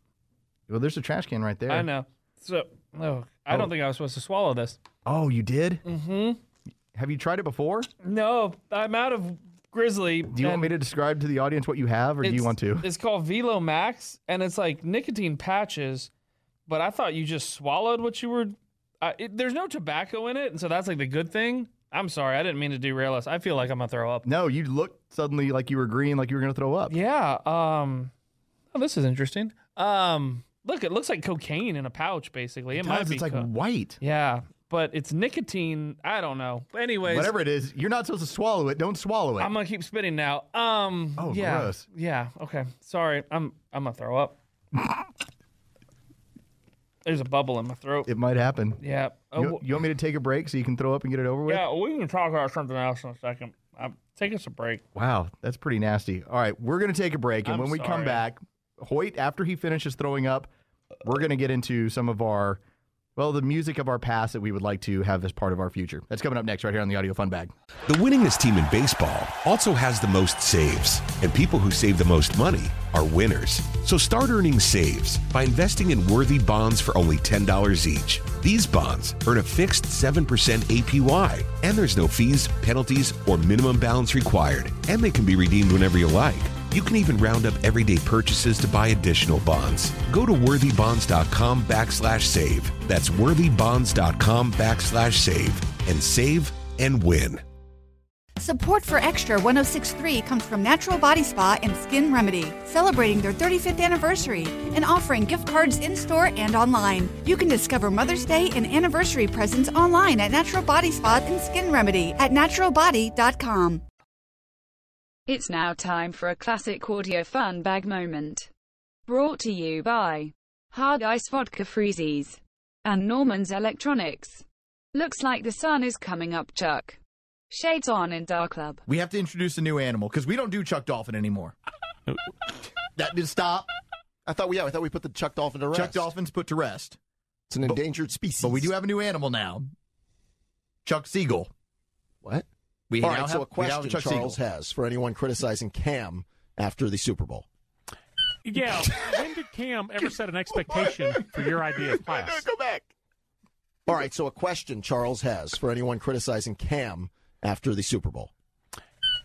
Speaker 4: Well, there's a trash can right there.
Speaker 3: I know. So, oh, I
Speaker 4: Oh.
Speaker 3: don't think I was supposed to swallow this.
Speaker 4: Oh, you did?
Speaker 3: Mm-hmm.
Speaker 4: Have you tried it before?
Speaker 3: No, I'm out of Grizzly.
Speaker 4: Do you want me to describe to the audience what you have, or do you want to?
Speaker 3: It's called Velo Max, and it's like nicotine patches. But I thought you just swallowed what you were. Uh, it, there's no tobacco in it, and so that's like the good thing. I'm sorry, I didn't mean to derail us. I feel like I'm gonna throw up.
Speaker 4: No, you looked suddenly like you were green, like you were going to throw up.
Speaker 3: Yeah. Um. Oh, this is interesting. Um. Look, it looks like cocaine in a pouch, basically. It,
Speaker 4: It
Speaker 3: might
Speaker 4: does,
Speaker 3: be.
Speaker 4: it's like
Speaker 3: co-
Speaker 4: white.
Speaker 3: Yeah, but it's nicotine. I don't know. But anyways,
Speaker 4: Whatever it is, you're not supposed to swallow it. Don't swallow it.
Speaker 3: I'm gonna keep spitting now. Um.
Speaker 4: Oh,
Speaker 3: yeah,
Speaker 4: gross.
Speaker 3: Yeah. Okay. Sorry. I'm. I'm gonna throw up. There's a bubble in my throat.
Speaker 4: it might happen.
Speaker 3: Yeah. Oh,
Speaker 4: You, you want me to take a break so you can throw up and get it over with?
Speaker 3: yeah. We can talk about something else in a second. I'm, take us a break.
Speaker 4: Wow, that's pretty nasty. All right, we're going to take a break. And
Speaker 3: I'm
Speaker 4: when we come
Speaker 3: sorry.
Speaker 4: back, Hoyt, after he finishes throwing up, we're going to get into some of our, well, the music of our past that we would like to have as part of our future. That's coming up next, right here on the Audio Fun Bag.
Speaker 11: The winningest team in baseball also has the most saves, and people who save the most money are winners. So start earning saves by investing in worthy bonds for only $10 each. These bonds earn a fixed 7% APY, and there's no fees, penalties, or minimum balance required, and they can be redeemed whenever you like. You can even round up everyday purchases to buy additional bonds. Go to worthybonds.com backslash save. That's worthybonds.com backslash save and save and win.
Speaker 12: Support for Extra 1063 comes from Natural Body Spa and Skin Remedy, celebrating their 35th anniversary and offering gift cards in store and online. You can discover Mother's Day and anniversary presents online at Natural Body Spa and Skin Remedy at naturalbody.com.
Speaker 5: It's now time for a classic audio fun bag moment. Brought to you by Hard Ice Vodka Freezies and Norman's Electronics. Looks like the sun is coming up, Chuck. Shades on in Dark Club.
Speaker 4: We have to introduce a new animal because we don't do Chuck Dolphin anymore.
Speaker 10: That did stop. I thought we yeah, I thought we put the Chuck Dolphin to rest.
Speaker 4: Chuck Dolphin's put to rest.
Speaker 10: It's an endangered species.
Speaker 4: But we do have a new animal now Chuck Siegel.
Speaker 10: what?
Speaker 4: We
Speaker 10: All
Speaker 4: now
Speaker 10: right,
Speaker 4: have-
Speaker 10: so a
Speaker 4: we now have
Speaker 10: question
Speaker 4: Chuck
Speaker 10: Charles
Speaker 4: Siegel.
Speaker 10: has for anyone criticizing Cam after the Super Bowl.
Speaker 9: Yeah. when did Cam ever set an expectation for your idea of class?
Speaker 10: Go back. All right, so a question Charles has for anyone criticizing Cam after the Super Bowl.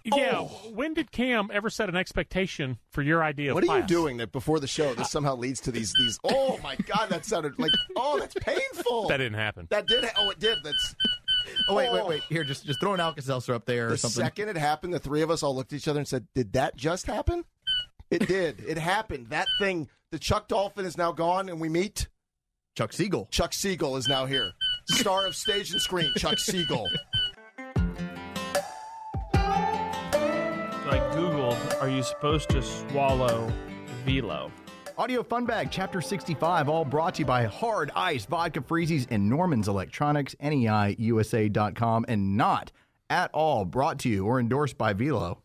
Speaker 9: Yeah.
Speaker 10: Oh.
Speaker 9: When did Cam ever set an expectation for your idea of
Speaker 10: What are
Speaker 9: class?
Speaker 10: you doing that before the show this somehow leads to these these Oh my god, that sounded like oh that's painful.
Speaker 9: That didn't happen.
Speaker 10: That did ha- oh it did. That's
Speaker 4: Oh, wait, wait,
Speaker 10: Oh.
Speaker 4: wait. Here, just, just throw an Alka Seltzer up there or
Speaker 10: the
Speaker 4: something.
Speaker 10: second it happened, the three of us all looked at each other and said, Did that just happen? It did. It happened. That thing the Chuck Dolphin is now gone and we meet
Speaker 4: Chuck Siegel.
Speaker 10: Chuck Siegel is now here. Star of stage and screen, Chuck Siegel.
Speaker 3: Like Google, are you supposed to swallow Velo?
Speaker 4: Audio Fun Bag, Chapter 65, all brought to you by Hard Ice, Vodka Freezies, and Norman's Electronics, E NEIUSA.com, and not at all brought to you or endorsed by Velo.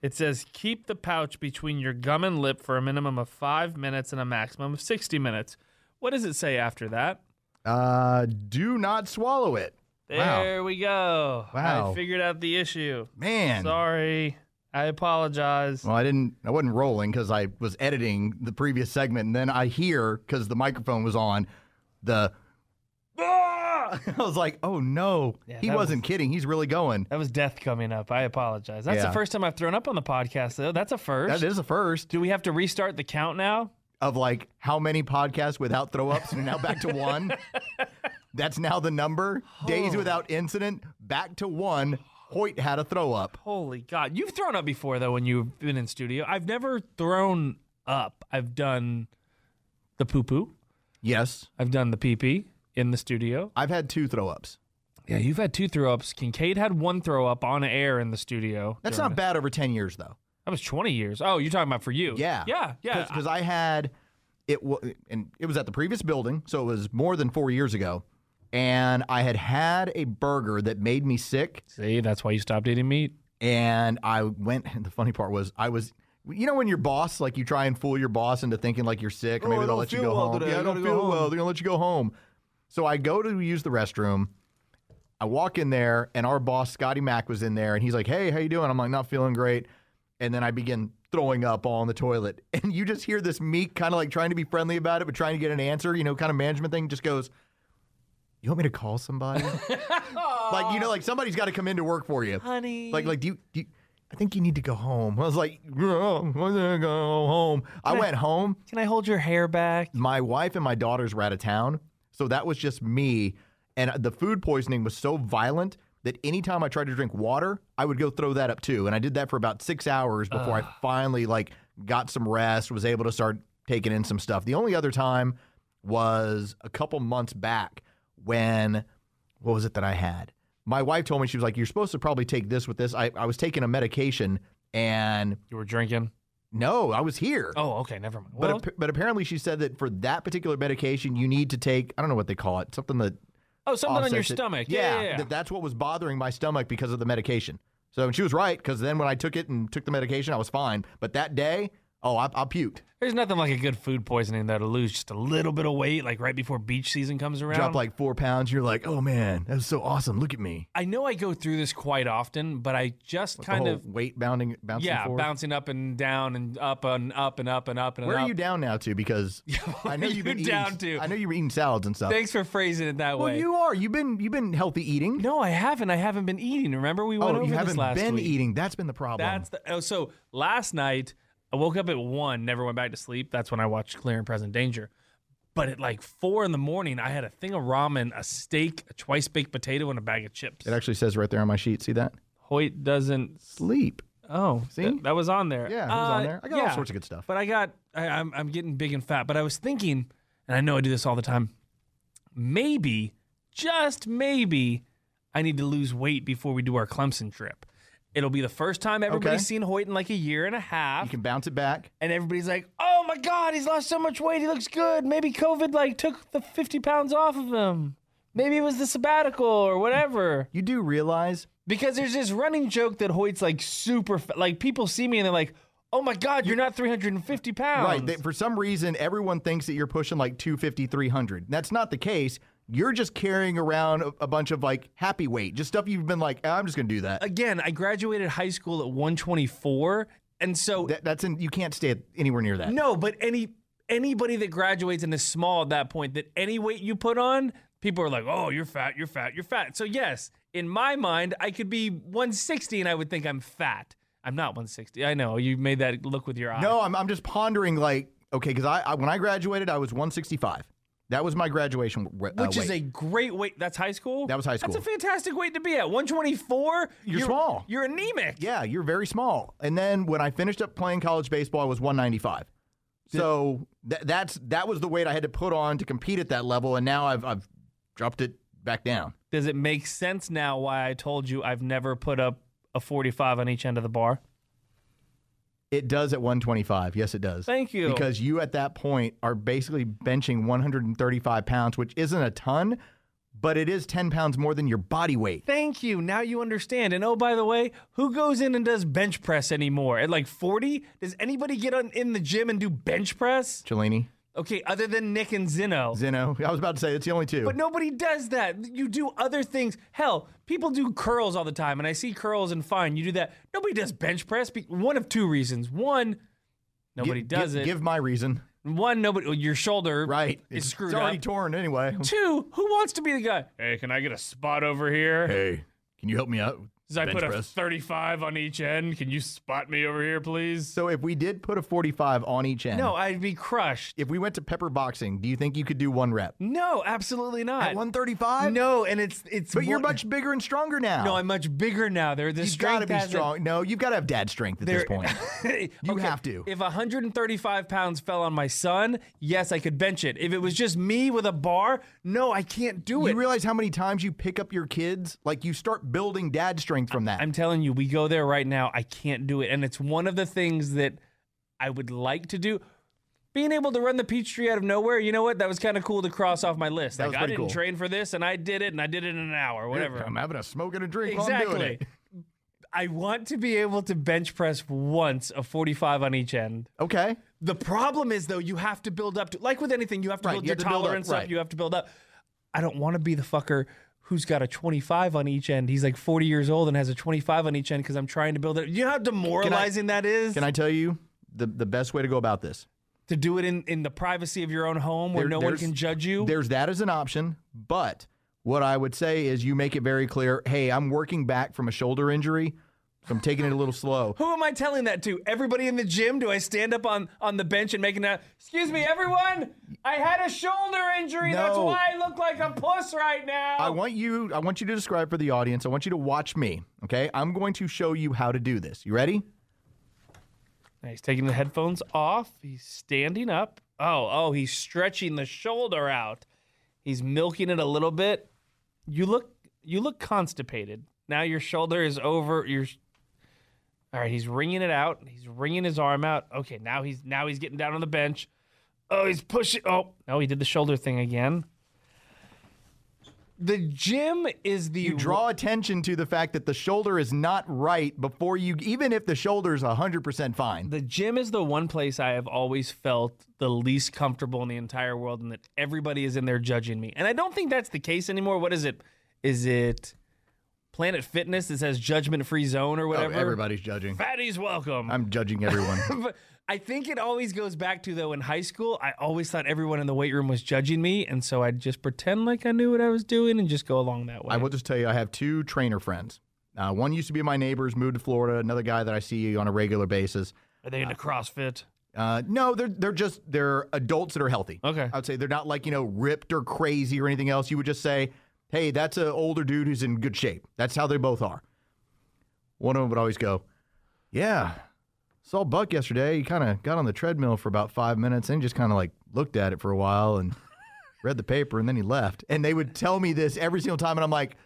Speaker 3: It says keep the pouch between your gum and lip for a minimum of five minutes and a maximum of 60 minutes. What does it say after that?
Speaker 4: Uh, do not swallow it. Wow.
Speaker 3: There we go.
Speaker 4: Wow.
Speaker 3: I figured out the issue.
Speaker 4: Man.
Speaker 3: Sorry. I apologize.
Speaker 4: Well, I didn't, I wasn't rolling because I was editing the previous segment, and then I hear, because the microphone was on, the. Ah! I was like, oh no,
Speaker 3: Yeah,
Speaker 4: he
Speaker 3: that
Speaker 4: wasn't kidding. He's really going.
Speaker 3: That was death coming up. I apologize. That's
Speaker 4: Yeah.
Speaker 3: the first time I've thrown up on the podcast, though. That's a first.
Speaker 4: That is a first.
Speaker 3: Do we have to restart the count now?
Speaker 4: of like how many podcasts without throw ups and now back to one. That's now the number. Days without incident, back to one. Hoyt had a throw up.
Speaker 3: Holy God. You've thrown up before, though, when you've been in studio. I've never thrown up. I've done the poo poo,
Speaker 4: Yes.
Speaker 3: I've done the pee pee in the studio.
Speaker 4: I've had two throw ups.
Speaker 3: Yeah, you've had two throw ups. Kincaid had one throw up on air in the studio.
Speaker 4: That's
Speaker 3: during
Speaker 4: not
Speaker 3: the-
Speaker 4: bad over 10 years, though.
Speaker 3: That was 20 years. Oh, you're talking about for you?
Speaker 4: Yeah.
Speaker 3: Yeah. Yeah.
Speaker 4: Because I had it, wa and it was at the previous building, so it was more than four years ago. And I had had a burger that made me sick.
Speaker 3: See, that's why you stopped eating meat.
Speaker 4: and I went. And the funny part was, I was, you know, when your boss, like, you try and fool your boss into thinking like you're sick, and
Speaker 10: Oh,
Speaker 4: maybe
Speaker 10: I
Speaker 4: they'll
Speaker 10: don't
Speaker 4: let you
Speaker 10: feel
Speaker 4: go
Speaker 10: well
Speaker 4: home.
Speaker 10: today.
Speaker 4: Yeah,
Speaker 10: I
Speaker 4: I don't
Speaker 10: gotta go
Speaker 4: feel well.
Speaker 10: home.
Speaker 4: They're gonna let you go home. So I go to use the restroom. I walk in there, and our boss Scotty Mack was in there, and he's like, "Hey, how you doing?" I'm like, "Not feeling great," and then I begin throwing up all in the toilet, and you just hear this meek, kind of like trying to be friendly about it, but trying to get an answer, you know, kind of management thing. Just goes, You want me to call somebody? like you know, like somebody's got to come into work for you,
Speaker 13: Honey.
Speaker 4: Like like do you, do you- I think you need to go home. I was like, "No, I'm gonna go home. I
Speaker 13: Can I-
Speaker 4: went home.
Speaker 13: Can I hold your hair back?
Speaker 4: My wife and my daughters were out of town, so that was just me. And the food poisoning was so violent that anytime I tried to drink water, I would go throw that up too. And I did that for about six hours before
Speaker 13: Ugh.
Speaker 4: I finally like got some rest, was able to start taking in some stuff. The only other time was a couple months back when what was it that I had? My wife told me she was like, "You're supposed to probably take this with this." I, I was taking a medication and
Speaker 3: you were drinking.
Speaker 4: No, I was here.
Speaker 3: Oh, okay, never mind.
Speaker 4: But
Speaker 3: Well-
Speaker 4: ap- but apparently she said that for that particular medication, you need to take I don't know what they call it, something that
Speaker 3: Oh, something on your
Speaker 4: offsets it.
Speaker 3: stomach. Yeah, yeah, yeah.
Speaker 4: that- that's what was bothering my stomach because of the medication. So and she was right because then when I took it and took the medication, I was fine. But that day, oh, I, I puked.
Speaker 3: There's nothing like a good food poisoning that'll lose just a little bit of weight, like right before beach season comes around.
Speaker 4: Dropped like four pounds. You're like, oh man, that was so awesome. Look at me.
Speaker 3: I know I go through this quite often, but I just
Speaker 4: The
Speaker 3: kind
Speaker 4: whole
Speaker 3: of
Speaker 4: weight bounding, bouncing.
Speaker 3: yeah,
Speaker 4: forward.
Speaker 3: bouncing up and down and up and up and up and up and
Speaker 4: Where
Speaker 3: up.
Speaker 4: are you down now to? Because I know
Speaker 3: are
Speaker 4: you've been
Speaker 3: you
Speaker 4: eating,
Speaker 3: down to?
Speaker 4: I know you were eating salads and stuff.
Speaker 3: Thanks for phrasing it that
Speaker 4: Well,
Speaker 3: way.
Speaker 4: you are. You've been you've been healthy eating.
Speaker 3: No, I haven't. I haven't been eating. Remember we went
Speaker 4: oh,
Speaker 3: over
Speaker 4: you
Speaker 3: this
Speaker 4: haven't
Speaker 3: last
Speaker 4: been
Speaker 3: week.
Speaker 4: eating. That's been the problem.
Speaker 3: That's the, oh, so last night I woke up at one, never went back to sleep. That's when I watched Clear and Present Danger. But at like four in the morning, I had a thing of ramen, a steak, a twice baked potato, and a bag of chips.
Speaker 4: it actually says right there on my sheet. See that?
Speaker 3: Hoyt doesn't
Speaker 4: sleep.
Speaker 3: Oh,
Speaker 4: see,
Speaker 3: That, that was on there.
Speaker 4: Yeah, it was on
Speaker 3: Uh,
Speaker 4: there. I got
Speaker 3: yeah.
Speaker 4: all sorts of good stuff.
Speaker 3: But I got I, I'm I'm getting big and fat. But I was thinking, and I know I do this all the time. Maybe, just maybe, I need to lose weight before we do our Clemson trip. It'll be the first time everybody's
Speaker 4: Okay.
Speaker 3: seen Hoyt in like a year and a half. You
Speaker 4: can bounce it back.
Speaker 3: And everybody's like, "Oh my God, he's lost so much weight. He looks good. Maybe COVID like took the 50 pounds off of him. Maybe it was the sabbatical or whatever."
Speaker 4: You do realize
Speaker 3: because there's this running joke that Hoyt's like super fa- like people see me and they're like, "Oh my God, you're not 350 pounds."
Speaker 4: Right. They, for some reason, everyone thinks that you're pushing like 250, 300. That's not the case. You're just carrying around a, a bunch of like happy weight, just stuff you've been like, "Ah, I'm just going to do that.
Speaker 3: Again, I graduated high school at 124, and so
Speaker 4: that's in, you can't stay at anywhere near that.
Speaker 3: No, but any anybody that graduates and is small at that point, that any weight you put on, people are like, "Oh, you're fat, you're fat, you're fat." So yes, in my mind, I could be 160 and I would think I'm fat. I'm not 160. I know you made that look with your eye.
Speaker 4: No, I'm, I'm just pondering like, okay, because I, I when I graduated, I was 165. That was my graduation. w- Uh,
Speaker 3: Which is a
Speaker 4: weight.
Speaker 3: great weight. That's high school.
Speaker 4: That was high
Speaker 3: That's a
Speaker 4: school.
Speaker 3: fantastic weight to be at. 124.
Speaker 4: You're small.
Speaker 3: You're anemic.
Speaker 4: yeah, you're very small. And then when I finished up playing college baseball, I was 195. So th- that's that was the weight I had to put on to compete at that level, and now I've I've dropped it back down.
Speaker 3: Does it make sense now why I told you I've never put up a 45 on each end of the bar?
Speaker 4: It does at 125. Yes, it does.
Speaker 3: Thank you.
Speaker 4: Because you at that point are basically benching 135 pounds, which isn't a ton, but it is 10 pounds more than your body weight.
Speaker 3: Thank you. Now you understand. And oh, by the way, who goes in and does bench press anymore? At like 40, does anybody get on, in the gym and do bench press?
Speaker 4: Cellini,
Speaker 3: Okay, other than Nick and Zeno.
Speaker 4: Zeno. I was about to say it's the only two.
Speaker 3: But nobody does that. You do other things. Hell, people do curls all the time, and I see curls and fine, you do that. Nobody does bench press. be- One of two reasons. One, nobody
Speaker 4: Gi-
Speaker 3: does
Speaker 4: give,
Speaker 3: it.
Speaker 4: Give my reason.
Speaker 3: One, nobody. well, Your shoulder, right, is
Speaker 4: It's-
Speaker 3: screwed
Speaker 4: it's already
Speaker 3: up.
Speaker 4: torn anyway.
Speaker 3: Two, who wants to be the guy? Hey, can I get a spot over here?
Speaker 4: Hey, can you help me out?
Speaker 3: Does I
Speaker 4: Bench
Speaker 3: put a
Speaker 4: press?
Speaker 3: 35 on each end? Can you spot me over here, please?
Speaker 4: So if we did put a 45 on each end,
Speaker 3: No, I'd be crushed.
Speaker 4: If we went to pepper boxing, do you think you could do one rep?
Speaker 3: No, absolutely not.
Speaker 4: At 135?
Speaker 3: No, and it's it's.
Speaker 4: But you're
Speaker 3: one-
Speaker 4: much bigger and stronger now.
Speaker 3: No, I'm much bigger now. There, the
Speaker 4: You've got
Speaker 3: strength
Speaker 4: to be
Speaker 3: hasn't-
Speaker 4: strong. No, you've got to have dad strength at
Speaker 3: There-
Speaker 4: this point. You have to.
Speaker 3: If 135 pounds fell on my son, yes, I could bench it. If it was just me with a bar, no, I can't do it.
Speaker 4: You realize how many times you pick up your kids? Like you start building dad strength from that.
Speaker 3: I'm telling you, we go there right now. I can't do it. And it's one of the things that I would like to do. Being able to run the peach tree out of nowhere, you know what? That was kind of cool to cross off my list.
Speaker 4: That
Speaker 3: like
Speaker 4: was
Speaker 3: I
Speaker 4: pretty
Speaker 3: didn't
Speaker 4: cool.
Speaker 3: train for this and I did it and I did it in an hour, whatever.
Speaker 4: I'm having a smoke and a drink
Speaker 3: exactly.
Speaker 4: while I'm doing it.
Speaker 3: I want to be able to bench press once a 45 on each end.
Speaker 4: Okay.
Speaker 3: The problem is though, you have to build up to like with anything, you have to
Speaker 4: Right,
Speaker 3: build
Speaker 4: you
Speaker 3: your
Speaker 4: have to build up,
Speaker 3: tolerance up.
Speaker 4: right.
Speaker 3: You have to build up. I don't want to be the fucker who's got a 25 on each end. He's like 40 years old and has a 25 on each end because I'm trying to build it. You know how demoralizing that is
Speaker 4: Can I tell you the, the best way to go about this?
Speaker 3: to do it in, in the privacy of your own home where
Speaker 4: There-
Speaker 3: no one
Speaker 4: there's-
Speaker 3: can judge you.
Speaker 4: There's that as an option, but What I would say is you make it very clear hey, I'm working back from a shoulder injury, so I'm taking it a little slow.
Speaker 3: Who am I telling that to? Everybody in the gym? Do I stand up on, on the bench and make an out? Excuse me, everyone. I had a shoulder injury. That's
Speaker 4: No.
Speaker 3: why I look like a puss right now.
Speaker 4: I want you I want you to describe for the audience. I want you to watch me, okay? I'm going to show you how to do this. You ready?
Speaker 3: Now he's taking the headphones off. He's standing up. Oh, oh, he's stretching the shoulder out. He's milking it a little bit. You look you look constipated. Now your shoulder is over your All right, he's wringing it out. He's wringing his arm out. Okay, now he's now he's getting down on the bench. Oh, he's pushing. Oh, no, he did the shoulder thing again. The gym is the
Speaker 4: You draw attention to the fact that the shoulder is not right before you even if the shoulder's 100% fine.
Speaker 3: The gym is the one place I have always felt the least comfortable in the entire world, and that everybody is in there judging me. And I don't think that's the case anymore. What is it? Is it Planet Fitness that says judgment free zone or whatever?
Speaker 4: everybody's judging.
Speaker 3: Fatty's welcome.
Speaker 4: Oh, I'm judging everyone.
Speaker 3: but I think it always goes back to though in high school, I always thought everyone in the weight room was judging me, and so I'd just pretend like I knew what I was doing and just go along that way.
Speaker 4: I will just tell you, I have two trainer friends. Uh, one used to be my neighbors, moved to Florida. Another guy that I see on a regular basis.
Speaker 3: Are they into CrossFit?
Speaker 4: Uh, no, they're they're just they're adults that are healthy.
Speaker 3: Okay,
Speaker 4: I would say they're not like you know ripped or crazy or anything else. You would just say, hey, that's an older dude who's in good shape. That's how they both are. One of them would always go, yeah, saw Buck yesterday. He kind of got on the treadmill for about five minutes and just kind of like looked at it for a while and read the paper and then he left. And they would tell me this every single time, and I'm like.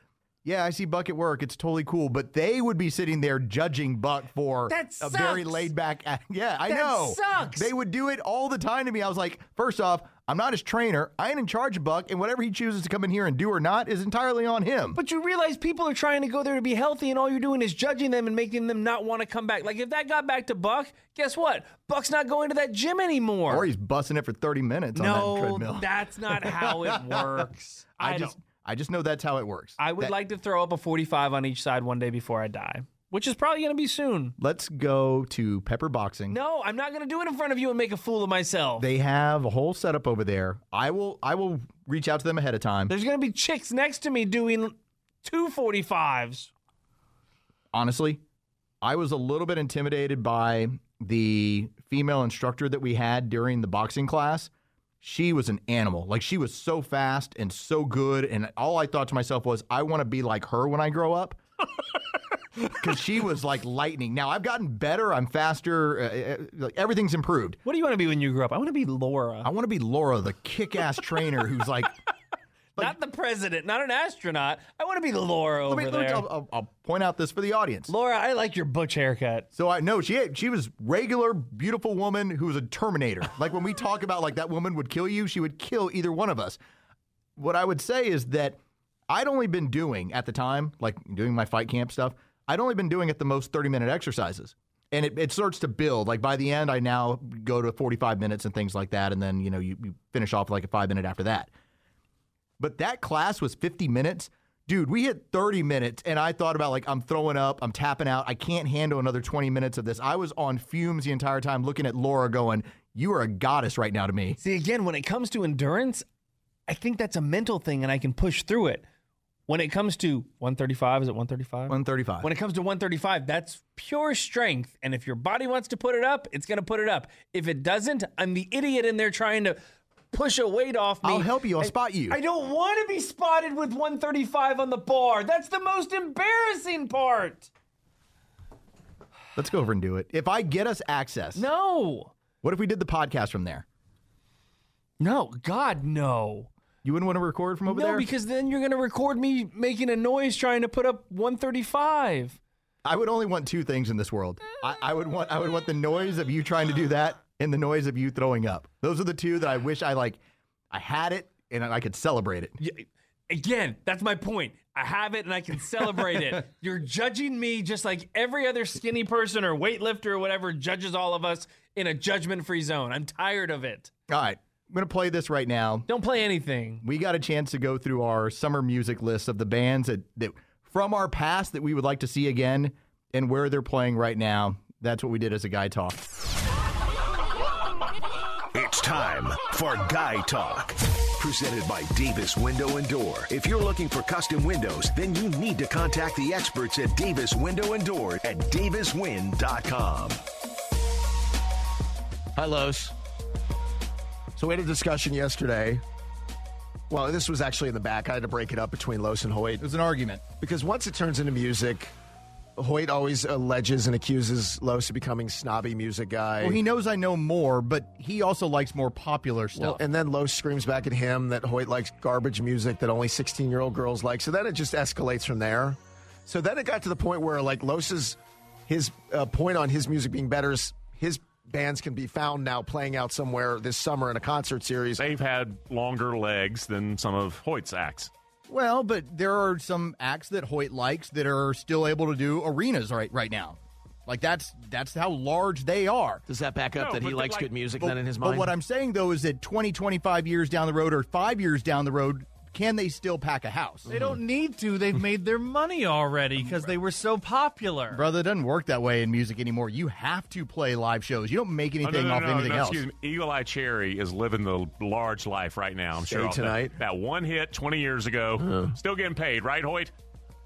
Speaker 4: Yeah, I see Buck at work. It's totally cool, but they would be sitting there judging Buck for
Speaker 3: That
Speaker 4: a very
Speaker 3: sucks.
Speaker 4: laid back. Yeah, I
Speaker 3: That
Speaker 4: know.
Speaker 3: sucks.
Speaker 4: They would do it all the time to me. I was like, first off, I'm not his trainer. I ain't in charge of Buck, and whatever he chooses to come in here and do or not is entirely on him.
Speaker 3: But you realize people are trying to go there to be healthy, and all you're doing is judging them and making them not want to come back. Like if that got back to Buck, guess what? Buck's not going to that gym anymore.
Speaker 4: or he's busting it for 30 minutes on that
Speaker 3: no,
Speaker 4: treadmill.
Speaker 3: that's not how it works. I,
Speaker 4: I just,
Speaker 3: don't.
Speaker 4: I just know that's how it works.
Speaker 3: I would
Speaker 4: That-
Speaker 3: like to throw up a 45 on each side one day before I die, which is probably going to be soon.
Speaker 4: Let's go to Pepper Boxing.
Speaker 3: No, I'm not going to do it in front of you and make a fool of myself.
Speaker 4: They have a whole setup over there. I will, I will reach out to them ahead of time.
Speaker 3: There's going to be chicks next to me doing two 45s.
Speaker 4: honestly, I was a little bit intimidated by the female instructor that we had during the boxing class. She was an animal. Like she was so fast and so good. And all I thought to myself was, I want to be like her when I grow up. Because she was like lightning. Now I've gotten better. I'm faster. uh, Uh, like, everything's improved.
Speaker 3: What do you want to be when you grow up? I want to be Laura,
Speaker 4: I want to be Laura, the kick ass trainer who's like,
Speaker 3: not the president, not an astronaut. I want to be Laura over
Speaker 4: let me, let me-
Speaker 3: there.
Speaker 4: I'll- I'll- I'll point out this for the audience.
Speaker 3: Laura, I like your butch haircut.
Speaker 4: So I no, she she was regular beautiful woman who was a terminator. Like when we talk about like that woman would kill you, she would kill either one of us. What I would say is that I'd only been doing at the time, like doing my fight camp stuff, I'd only been doing at the most 30 minute exercises. And it, it starts to build. Like by the end, I now go to 45 minutes and things like that. And then, you know, you, you finish off like a five minute after that. But that class was 50 minutes. Dude, we hit 30 minutes and I thought about like I'm throwing up, I'm tapping out. I can't handle another 20 minutes of this. I was on fumes the entire time looking at Laura going, "You are a goddess right now to me."
Speaker 3: See, again, when it comes to endurance, I think that's a mental thing and I can push through it. When it comes to 135, is it 135?
Speaker 4: 135.
Speaker 3: When it comes to 135, that's pure strength. And if your body wants to put it up, it's going to put it up. If it doesn't, I'm the idiot in there trying to push a weight off me.
Speaker 4: I'll help you. I'll
Speaker 3: I-
Speaker 4: spot you.
Speaker 3: I don't want to be spotted with 135 on the bar. That's the most embarrassing part.
Speaker 4: Let's go over and do it. If I get us access.
Speaker 3: No.
Speaker 4: What if we did the podcast from there?
Speaker 3: No, God, no.
Speaker 4: You wouldn't want to record from over
Speaker 3: no,
Speaker 4: there?
Speaker 3: because then you're going to record me making a noise trying to put up 135.
Speaker 4: I would only want two things in this world. I, I would want I would want the noise of you trying to do that and the noise of you throwing up. Those are the two that I wish I like I had it and I could celebrate it.
Speaker 3: Y- Again, that's my point. I have it and I can celebrate it. You're judging me just like every other skinny person or weightlifter or whatever judges all of us in a judgment free zone. I'm tired of it.
Speaker 4: All right. I'm going to play this right now.
Speaker 3: Don't play anything.
Speaker 4: we got a chance to go through our summer music list of the bands that, that from our past that we would like to see again and where they're playing right now. That's what we did as a guy talk.
Speaker 6: It's time for Guy Talk. Presented by Davis Window and Door. If you're looking for custom windows, then you need to contact the experts at Davis Window and Door at daviswin.com.
Speaker 10: Hi, Los. So we had a discussion yesterday. Well, this was actually in the back. I had to break it up between Los and Hoyt. It
Speaker 4: was an argument.
Speaker 10: Because once it turns into music, Hoyt always alleges and accuses Los of becoming snobby music guy.
Speaker 4: Well, he knows I know more, but he also likes more popular stuff.
Speaker 10: Well, and then Los screams back at him that Hoyt likes garbage music that only 16 year old girls like. So then it just escalates from there. So then it got to the point where, like, Los's his uh, point on his music being better is his bands can be found now playing out somewhere this summer in a concert series.
Speaker 9: They've had longer legs than some of Hoyt's acts.
Speaker 4: Well, but there are some acts that Hoyt likes that are still able to do arenas right right now. Like that's that's how large they are.
Speaker 10: Does that back up No, that he but likes like- good music then in his
Speaker 4: But
Speaker 10: mind?
Speaker 4: what I'm saying though is that 20, 25 years down the road or 5 years down the road, can they still pack a house?
Speaker 13: They don't need to. They've made their money already because they were so popular.
Speaker 4: Brother, it doesn't work that way in music anymore. You have to play live shows. You don't make
Speaker 9: Oh, no,
Speaker 4: anything
Speaker 9: no,
Speaker 4: off
Speaker 9: no,
Speaker 4: anything
Speaker 9: no,
Speaker 4: else.
Speaker 9: Excuse me. Eagle Eye Cherry is living the large life right now. I'm
Speaker 10: Stay
Speaker 9: sure all
Speaker 10: tonight. Uh-huh.
Speaker 9: That, that one hit 20 years ago, still getting paid, right, Hoyt?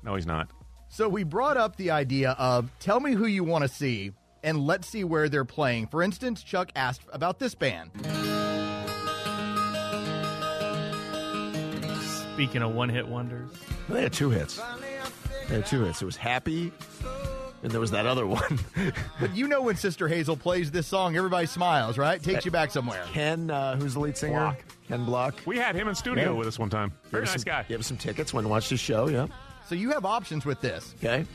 Speaker 9: No, he's not.
Speaker 4: So we brought up the idea of tell me who you want to see and let's see where they're playing. For instance, Chuck asked about this band.
Speaker 13: Speaking of one hit wonders,
Speaker 10: They had two hits. They had two hits. It was Happy, and there was that other one.
Speaker 4: But you know when Sister Hazel plays this song, everybody smiles, right? Takes you back somewhere.
Speaker 10: Ken, uh, who's the lead singer?
Speaker 4: Block.
Speaker 10: Ken Block.
Speaker 9: We had him in studio
Speaker 10: Yeah.
Speaker 9: with us one time. Very
Speaker 10: Gave us
Speaker 9: nice
Speaker 10: some-
Speaker 9: guy.
Speaker 10: Gave us some tickets. Went and watched his show. Yeah.
Speaker 4: So you have options with this.
Speaker 10: Okay.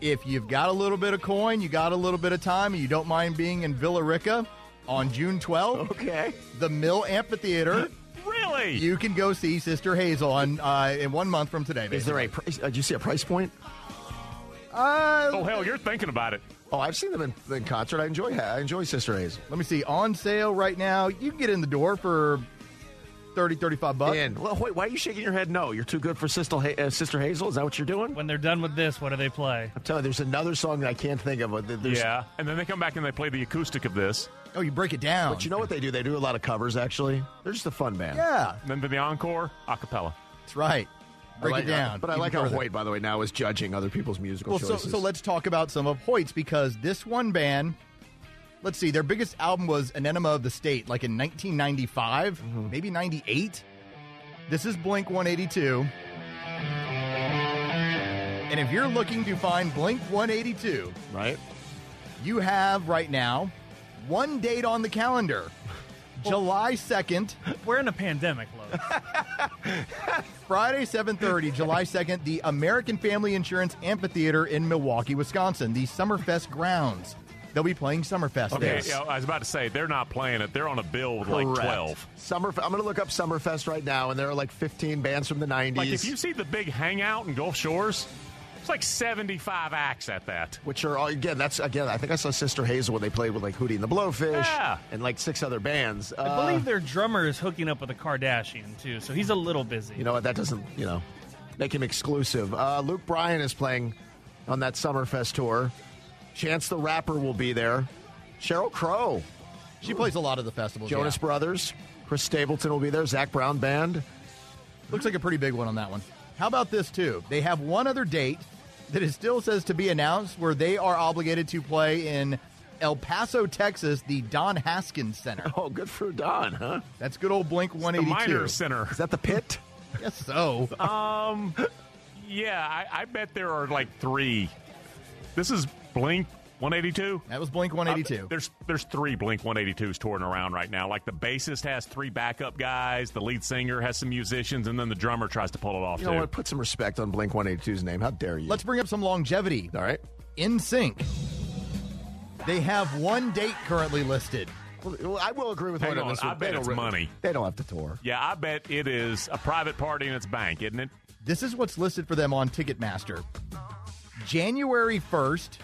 Speaker 4: If you've got a little bit of coin, you got a little bit of time, and you don't mind being in Villa Rica on June 12th,
Speaker 10: okay,
Speaker 4: the Mill Amphitheater.
Speaker 9: really?
Speaker 4: You can go see Sister Hazel on uh, in one month from today.
Speaker 10: Is there a? Price, uh, did you see a price point?
Speaker 4: Uh,
Speaker 9: oh hell, you're thinking about it.
Speaker 10: Oh, I've seen them in, in concert. I enjoy. I enjoy Sister Hazel.
Speaker 4: Let me see. On sale right now. You can get in the door for 30, 35 bucks.
Speaker 10: And well, wait, why are you shaking your head? No, you're too good for Sister, ha- uh, Sister Hazel. Is that what you're doing?
Speaker 13: When they're done with this, what do they play?
Speaker 10: I'm telling you, there's another song that I can't think of. but there- There's,
Speaker 9: yeah. And then they come back and they play the acoustic of this.
Speaker 4: Oh, you break it down.
Speaker 10: But you know what they do? They do a lot of covers. Actually, they're just a fun band.
Speaker 4: Yeah.
Speaker 9: Then for the encore, a cappella.
Speaker 4: That's right. Break
Speaker 10: I like- uh,
Speaker 4: it down.
Speaker 10: But I
Speaker 4: even
Speaker 10: like how
Speaker 4: further.
Speaker 10: Hoyt, by the way, now is judging other people's musical
Speaker 4: Well, so,
Speaker 10: choices.
Speaker 4: so let's talk about some of Hoyt's because this one band, let's see, their biggest album was Anenema of the State, like in 1995,
Speaker 10: Mm-hmm.
Speaker 4: maybe 98. This is Blink 182. And if you're looking to find Blink 182,
Speaker 10: right,
Speaker 4: you have right now one date on the calendar. July 2nd.
Speaker 13: We're in a pandemic, Lowe.
Speaker 4: Friday, 7:30, July 2nd, the American Family Insurance Amphitheater in Milwaukee, Wisconsin, the Summerfest grounds. They'll be playing Summerfest.
Speaker 9: Okay.
Speaker 4: there.
Speaker 9: Yeah, I was about to say they're not playing it. They're on a bill with like
Speaker 10: Correct.
Speaker 9: 12.
Speaker 10: Summerf- I'm going to look up Summerfest right now, and there are like 15 bands from the 90s.
Speaker 9: Like if you see the big hangout in Gulf Shores, it's like 75 acts at that.
Speaker 10: which are all again? That's again. I think I saw Sister Hazel when they played with like Hootie and the Blowfish
Speaker 13: Yeah.
Speaker 10: and like six other bands. Uh,
Speaker 13: I believe their drummer is hooking up with a Kardashian too, so he's a little busy.
Speaker 10: you know what? That doesn't you know make him exclusive. Uh, Luke Bryan is playing on that Summerfest tour. Chance the Rapper will be there. Cheryl Crow,
Speaker 4: She plays a lot of the festivals.
Speaker 10: Jonas
Speaker 4: yeah.
Speaker 10: Brothers, Chris Stapleton will be there. Zach Brown Band.
Speaker 4: Looks like a pretty big one on that one. How about this too? They have one other date that it still says to be announced where they are obligated to play in El Paso, Texas, the Don Haskins Center.
Speaker 10: Oh, good for Don, huh?
Speaker 4: That's good old Blink 182.
Speaker 9: Minor Center.
Speaker 10: Is that the pit?
Speaker 4: Yes, so.
Speaker 9: Um, yeah, I, I bet there are like three. This is Blink 182.
Speaker 4: That was Blink
Speaker 10: Uh,
Speaker 4: 182.
Speaker 9: there's there's three Blink 182s touring around right now. Like the bassist has three backup guys, the lead singer has some musicians, and then the drummer tries to pull it off
Speaker 10: You
Speaker 9: too.
Speaker 10: know what? Put some respect on Blink 182's name. How dare you?
Speaker 4: Let's bring up some longevity.
Speaker 10: All right.
Speaker 4: In sync. They have one date currently listed.
Speaker 10: Well, well, I will agree with
Speaker 9: Hang
Speaker 10: Hoyt on
Speaker 9: on,
Speaker 10: this
Speaker 9: I
Speaker 10: one. They
Speaker 9: bet
Speaker 10: don't
Speaker 9: it's
Speaker 10: re-
Speaker 9: money.
Speaker 10: They don't have to tour.
Speaker 9: Yeah, I bet it is a private party in its bank, isn't it?
Speaker 4: This is what's listed for them on Ticketmaster. January 1st,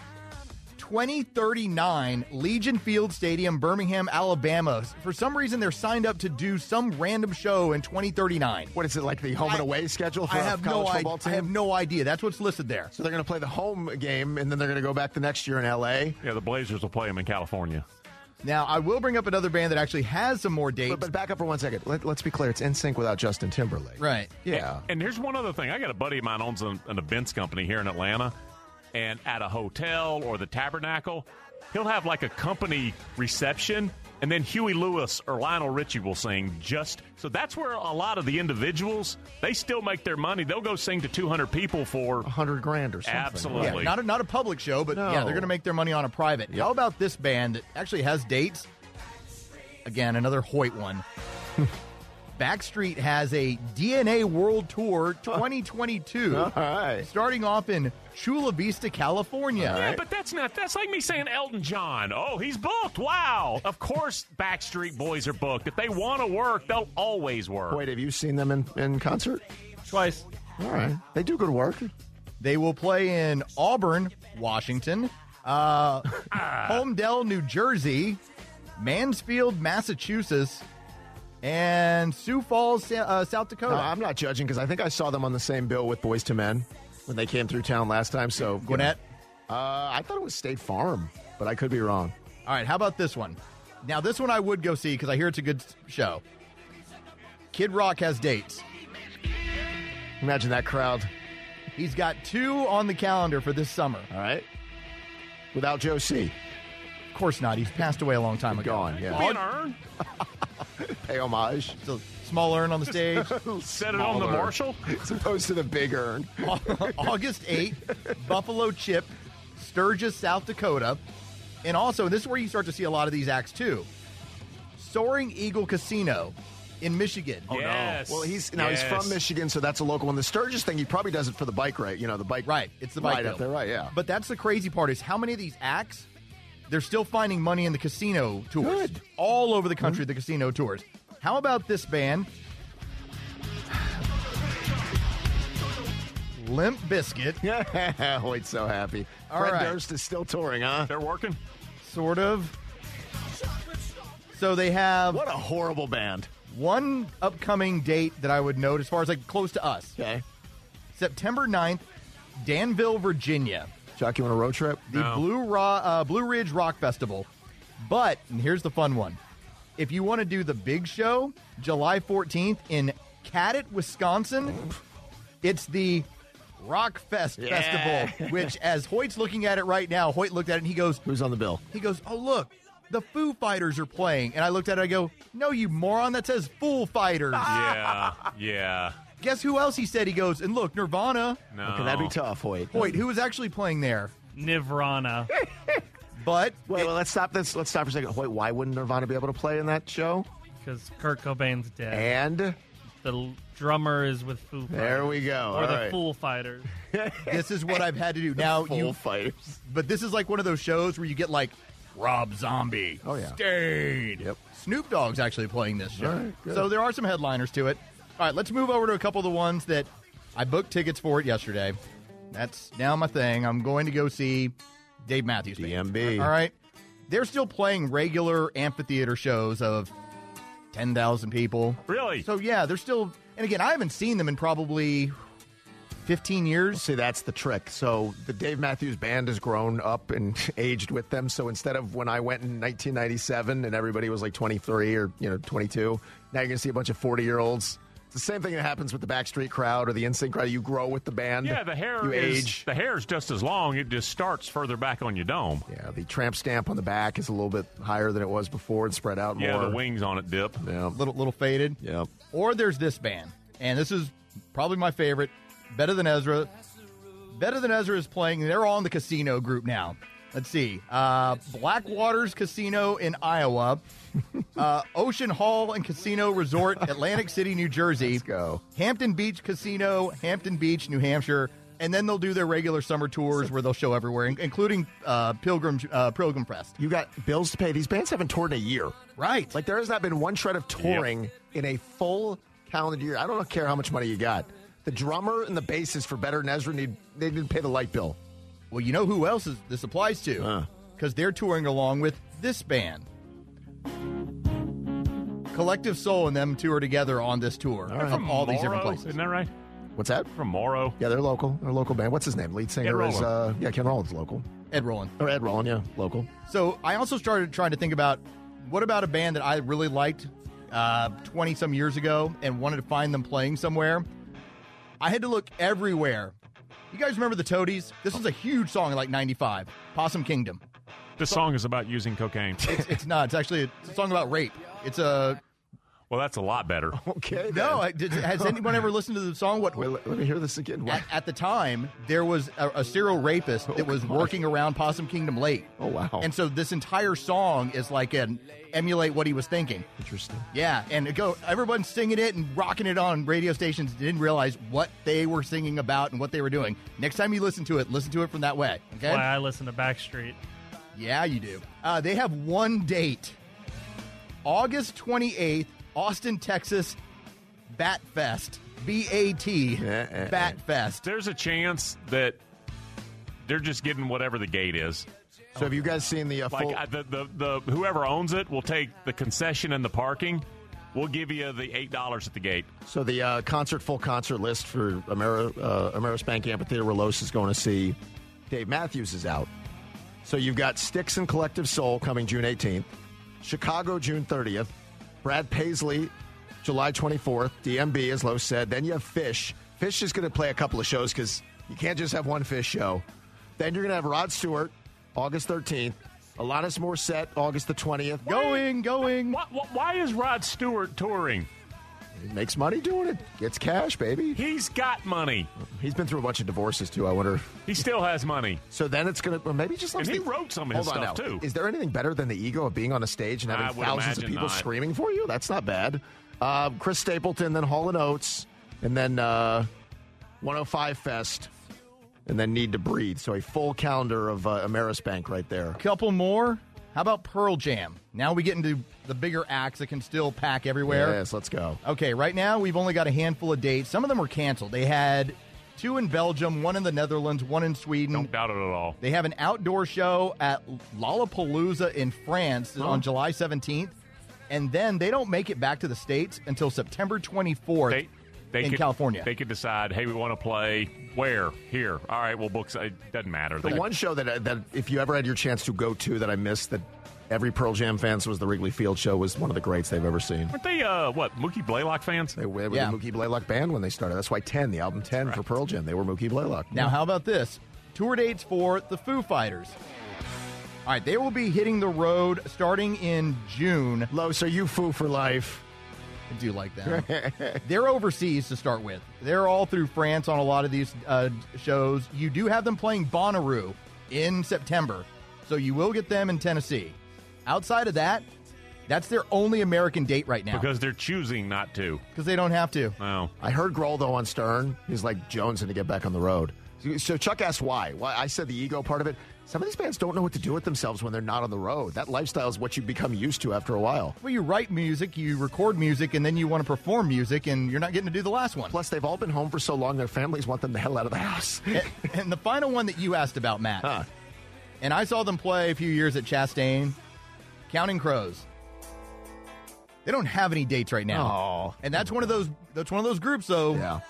Speaker 4: 2039, Legion Field Stadium, Birmingham, Alabama. For some reason, they're signed up to do some random show in 2039.
Speaker 10: What is it like the home and
Speaker 4: I-
Speaker 10: away schedule for
Speaker 4: I have
Speaker 10: a college
Speaker 4: no
Speaker 10: football
Speaker 4: idea.
Speaker 10: team?
Speaker 4: I have no idea. That's what's listed there.
Speaker 10: so they're going to play the home game, and then they're going to go back the next year in L.A.
Speaker 9: Yeah, the Blazers will play them in California.
Speaker 4: Now, I will bring up another band that actually has some more dates.
Speaker 10: But, but back up for one second. Let, us be clear. It's in sync without Justin Timberlake.
Speaker 4: Right.
Speaker 10: Yeah.
Speaker 9: And here's one other thing. I got a buddy of mine owns an, an events company here in Atlanta, and at a hotel or the Tabernacle, he'll have like a company reception, and then Huey Lewis or Lionel Richie will sing. Just so that's where a lot of the individuals they still make their money. They'll go sing to 200 people for
Speaker 10: 100 grand or something.
Speaker 9: Absolutely.
Speaker 4: Yeah, not a, not a public show, but yeah,
Speaker 9: No.
Speaker 4: they're going to make their money on a private. How about this band that actually has dates? Again, another Hoyt one. Backstreet has a DNA World Tour 2022.
Speaker 10: All right.
Speaker 4: Starting off in Chula Vista, California.
Speaker 9: Yeah, but that's not. That's like me saying Elton John. Oh, he's booked. Wow. Of course, Backstreet Boys are booked. If they want to work, they'll always work.
Speaker 10: Wait, have you seen them in, in concert?
Speaker 3: Twice.
Speaker 10: All right. They do good work.
Speaker 4: They will play in Auburn, Washington, uh, Holmdel, New Jersey, Mansfield, Massachusetts, and Sioux Falls, Sa- uh, South Dakota.
Speaker 10: No, I'm not judging because I think I saw them on the same bill with Boys to Men when they came through town last time. So
Speaker 4: Gwinnett?
Speaker 10: uh, I thought it was State Farm, but I could be wrong.
Speaker 4: All right, how about this one? Now, this one I would go see because I hear it's a good s- show. Kid Rock has dates.
Speaker 10: Imagine that crowd.
Speaker 4: He's got two on the calendar for this summer.
Speaker 10: All right. Without Joe C.
Speaker 4: Of course not. He's passed away a long time ago.
Speaker 10: Gone, yeah.
Speaker 9: Be an urn.
Speaker 10: Pay homage.
Speaker 4: It's a small urn on the stage.
Speaker 9: Set it on the
Speaker 10: Smaller.
Speaker 9: Marshall.
Speaker 10: As opposed to the big urn.
Speaker 4: August 8th, Buffalo Chip, Sturgis, South Dakota. And also, this is where you start to see a lot of these acts too. Soaring Eagle Casino in Michigan.
Speaker 9: Oh, yes.
Speaker 10: Oh, Well, he's now he's from
Speaker 9: Yes.
Speaker 10: Michigan, so that's a local one. The Sturgis thing, he probably does it for the bike ride. You know, the bike.
Speaker 4: Right. It's the bike
Speaker 10: ride up
Speaker 4: deal.
Speaker 10: there, right? Yeah.
Speaker 4: But that's the crazy part is how many of these acts they're still finding money in the casino tours.
Speaker 10: Good.
Speaker 4: All over the country, the casino tours. How about this band? Limp Biscuit,
Speaker 10: Yeah, Hoyt's so happy.
Speaker 4: All
Speaker 10: Fred
Speaker 4: right.
Speaker 10: Durst is still touring, huh?
Speaker 9: They're working.
Speaker 4: sort of. So they have
Speaker 10: What a horrible band.
Speaker 4: one upcoming date that I would note as far as like close to us.
Speaker 10: Okay.
Speaker 4: September 9th, Danville, Virginia.
Speaker 10: Jock, you want a road trip?
Speaker 4: the
Speaker 9: No.
Speaker 4: Blue, Ro- uh, Blue Ridge Rock Festival. But and here's the fun one: if you want to do the big show, July 14th in Cadett, Wisconsin, it's the Rock Fest Festival. Which, as Hoyt's looking at it right now, Hoyt looked at it and he goes,
Speaker 10: Who's on the bill?
Speaker 4: he goes, "Oh look." The Foo Fighters are playing, and I looked at it. I go, "No, you moron! That says Foo Fighters."
Speaker 9: Ah. Yeah.
Speaker 10: Ah!
Speaker 9: Yeah.
Speaker 4: Guess who else? He said he goes, and look, Nirvana.
Speaker 9: No.
Speaker 10: Okay, that'd be tough, Hoyt.
Speaker 4: Hoyt, who was actually playing there,
Speaker 13: Nirvana.
Speaker 4: but
Speaker 10: Wait, well, let's stop this. Let's stop for a second. Hoyt, why wouldn't Nirvana be able to play in that show?
Speaker 13: Because Kurt Cobain's dead.
Speaker 10: And
Speaker 13: The l- drummer is with Foo Fighters.
Speaker 10: There we go.
Speaker 13: Or
Speaker 10: All
Speaker 13: the
Speaker 10: right.
Speaker 13: Fool Fighters.
Speaker 4: this is what I've had to do. Now you
Speaker 10: Full Fighters.
Speaker 4: But this is like one of those shows where you get like Rob Zombie.
Speaker 10: Oh, yeah.
Speaker 4: Stain.
Speaker 10: Yep.
Speaker 4: Snoop Dogg's actually playing this show.
Speaker 10: All right, good.
Speaker 4: so there are some headliners to it. All right, let's move over to a couple of the ones that I booked tickets for it yesterday. That's now my thing. I'm going to go see Dave Matthews. Band.
Speaker 10: DMB.
Speaker 4: All right. They're still playing regular amphitheater shows of 10,000 people.
Speaker 9: Really?
Speaker 4: So yeah, they're still And again, I haven't seen them in probably 15 years.
Speaker 10: See, that's the trick. So the Dave Matthews Band has grown up and aged with them. So instead of when I went in 1997 and everybody was like 23 or you know 22, now you're gonna see a bunch of 40 year olds. It's the same thing that happens with the Backstreet crowd or the NSYNC crowd. You grow with the band.
Speaker 9: Yeah, the hair
Speaker 10: You
Speaker 9: is
Speaker 10: age.
Speaker 9: the hair is just as long. It just starts further back on your dome.
Speaker 10: Yeah, the tramp stamp on the back is a little bit higher than it was before and spread out
Speaker 9: Yeah,
Speaker 10: more.
Speaker 9: the wings on it dip.
Speaker 10: Yeah.
Speaker 4: little little faded.
Speaker 10: Yeah.
Speaker 4: Or there's this band, and this is probably my favorite, Better Than Ezra. Better Than Ezra is playing. They're all in the casino group now. Let's see. Uh, Blackwaters Casino in Iowa, uh, Ocean Hall and Casino Resort, Atlantic City, New Jersey.
Speaker 10: Let's go.
Speaker 4: Hampton Beach Casino, Hampton Beach, New Hampshire. And then they'll do their regular summer tours where they'll show everywhere, in- including uh, Pilgrim uh, Pilgrim Fest.
Speaker 10: You got bills to pay. These bands haven't toured in a year.
Speaker 4: Right.
Speaker 10: Like there has not been one shred of touring in a full calendar year. I don't care how much money you got. The drummer and the bassist for Better than Ezra need they didn't pay the light bill.
Speaker 4: Well, you know who else is, this applies to? Because they're touring along with this band. Collective Soul and them two are together on this tour
Speaker 10: right.
Speaker 4: from all these different
Speaker 9: Morrow,
Speaker 4: places.
Speaker 9: Isn't that right?
Speaker 10: What's that?
Speaker 9: From Morrow.
Speaker 10: Yeah, they're local. They're a local band. What's his name? Lead singer is
Speaker 9: Rollins.
Speaker 10: uh, yeah, Ken Rollins local.
Speaker 4: Ed Roland.
Speaker 10: Or Ed Roland, yeah, local.
Speaker 4: So I also started trying to think about what about a band that I really liked twenty some years ago and wanted to find them playing somewhere. I had to look everywhere. You guys remember the Toadies? This was a huge song in like '95, Possum Kingdom.
Speaker 9: This song is about using cocaine.
Speaker 4: It's, it's not. It's actually a, it's a song about rape. It's a.
Speaker 9: Well, that's a lot better.
Speaker 10: Okay.
Speaker 4: No, I- did- has anyone ever listened to the song? What?
Speaker 10: Wait, let, let me hear this again. What?
Speaker 4: At, at the time, there was a, a serial rapist that was working around Possum Kingdom Lake.
Speaker 10: Oh wow!
Speaker 4: And so this entire song is like an emulate what he was thinking.
Speaker 10: Interesting.
Speaker 4: Yeah, and it go everyone's singing it and rocking it on radio stations. Didn't realize what they were singing about and what they were doing. Next time you listen to it, listen to it from that way. Okay.
Speaker 13: Why I listen to Backstreet.
Speaker 4: Yeah, you do. Uh, they have one date August 28th, Austin, Texas, Bat Fest. B A T. Bat Fest.
Speaker 9: There's a chance that they're just getting whatever the gate is.
Speaker 10: So have you guys seen the uh,
Speaker 9: like
Speaker 10: full-
Speaker 9: I, the, the the whoever owns it will take the concession and the parking. We'll give you the eight dollars at the gate.
Speaker 10: So the uh, concert full concert list for Ameri- uh, Amerisbank Amphitheater where Los is going to see Dave Matthews is out. So you've got Sticks and Collective Soul coming June 18th, Chicago June 30th, Brad Paisley July 24th, DMB as Los said. Then you have Fish. Fish is going to play a couple of shows because you can't just have one Fish show. Then you're going to have Rod Stewart August 13th, Alanis Morissette August the 20th.
Speaker 4: Going, going.
Speaker 9: Why, why- why is Rod Stewart touring?
Speaker 10: He makes money doing it. Gets cash, baby.
Speaker 9: He's got money.
Speaker 10: He's been through a bunch of divorces too. I wonder.
Speaker 9: He still has money.
Speaker 10: So then it's gonna well, maybe just.
Speaker 9: And
Speaker 10: let's
Speaker 9: he
Speaker 10: think-
Speaker 9: wrote some of his
Speaker 10: Hold on
Speaker 9: stuff,
Speaker 10: now.
Speaker 9: too.
Speaker 10: Is there anything better than the ego of being on a stage and
Speaker 9: I
Speaker 10: having
Speaker 9: would
Speaker 10: thousands of
Speaker 9: imagine
Speaker 10: people
Speaker 9: not.
Speaker 10: screaming for you? That's not bad. Uh, Chris Stapleton, then Hall and Oates, and then uh, 105 Fest, and then Need to Breathe. So a full calendar of uh, Amerisbank right there.
Speaker 4: Couple more. How about Pearl Jam? Now we get into the bigger acts that can still pack everywhere.
Speaker 10: Yes, let's go.
Speaker 4: Okay, right now we've only got a handful of dates. Some of them were canceled. They had two in Belgium, one in the Netherlands, one in Sweden.
Speaker 9: Don't doubt it at all.
Speaker 4: They have an outdoor show at Lollapalooza in France on July 17th. And then they don't make it back to the States until September 24th
Speaker 9: They, they
Speaker 4: in
Speaker 9: could,
Speaker 4: California.
Speaker 9: They could decide, hey, we want to play where? Here. All right, well, books. It doesn't matter.
Speaker 10: The
Speaker 9: They-
Speaker 10: one show that uh, that if you ever had your chance to go to that I missed that every Pearl Jam fans was the Wrigley Field show was one of the greats they've ever seen.
Speaker 9: Aren't they, uh, what, Mookie Blaylock fans?
Speaker 10: They were
Speaker 4: Yeah.
Speaker 10: the Mookie Blaylock band when they started. That's why 10, the album 10 for Pearl Jam, they were Mookie Blaylock.
Speaker 4: now, how about this? Tour dates for the Foo Fighters. All right, they will be hitting the road starting in June.
Speaker 10: Low, so you foo for life.
Speaker 4: I do like that. They're overseas to start with. They're all through France on a lot of these uh, shows. You do have them playing Bonnaroo in September, so you will get them in Tennessee. Outside of that, that's their only American date right now because
Speaker 9: Because they're choosing not to.
Speaker 4: they don't have to.
Speaker 9: No.
Speaker 10: I heard Grohl though on Stern. He's like jonesing to get back on the road. So Chuck asked why. Why I said the ego part of it. Some of these bands don't know what to do with themselves when they're not on the road. That lifestyle is what you become used to after a while.
Speaker 4: Well, you write music, you record music, and then you want to perform music, and you're not getting to do the last one.
Speaker 10: Plus, they've all been home for so long, their families want them the hell out of the house.
Speaker 4: and, and the final one that you asked about, Matt.
Speaker 10: Huh.
Speaker 4: And I saw them play a few years at Chastain, Counting Crows. They don't have any dates right now.
Speaker 10: Oh.
Speaker 4: and that's one of those. That's one of those groups, though.
Speaker 10: yeah.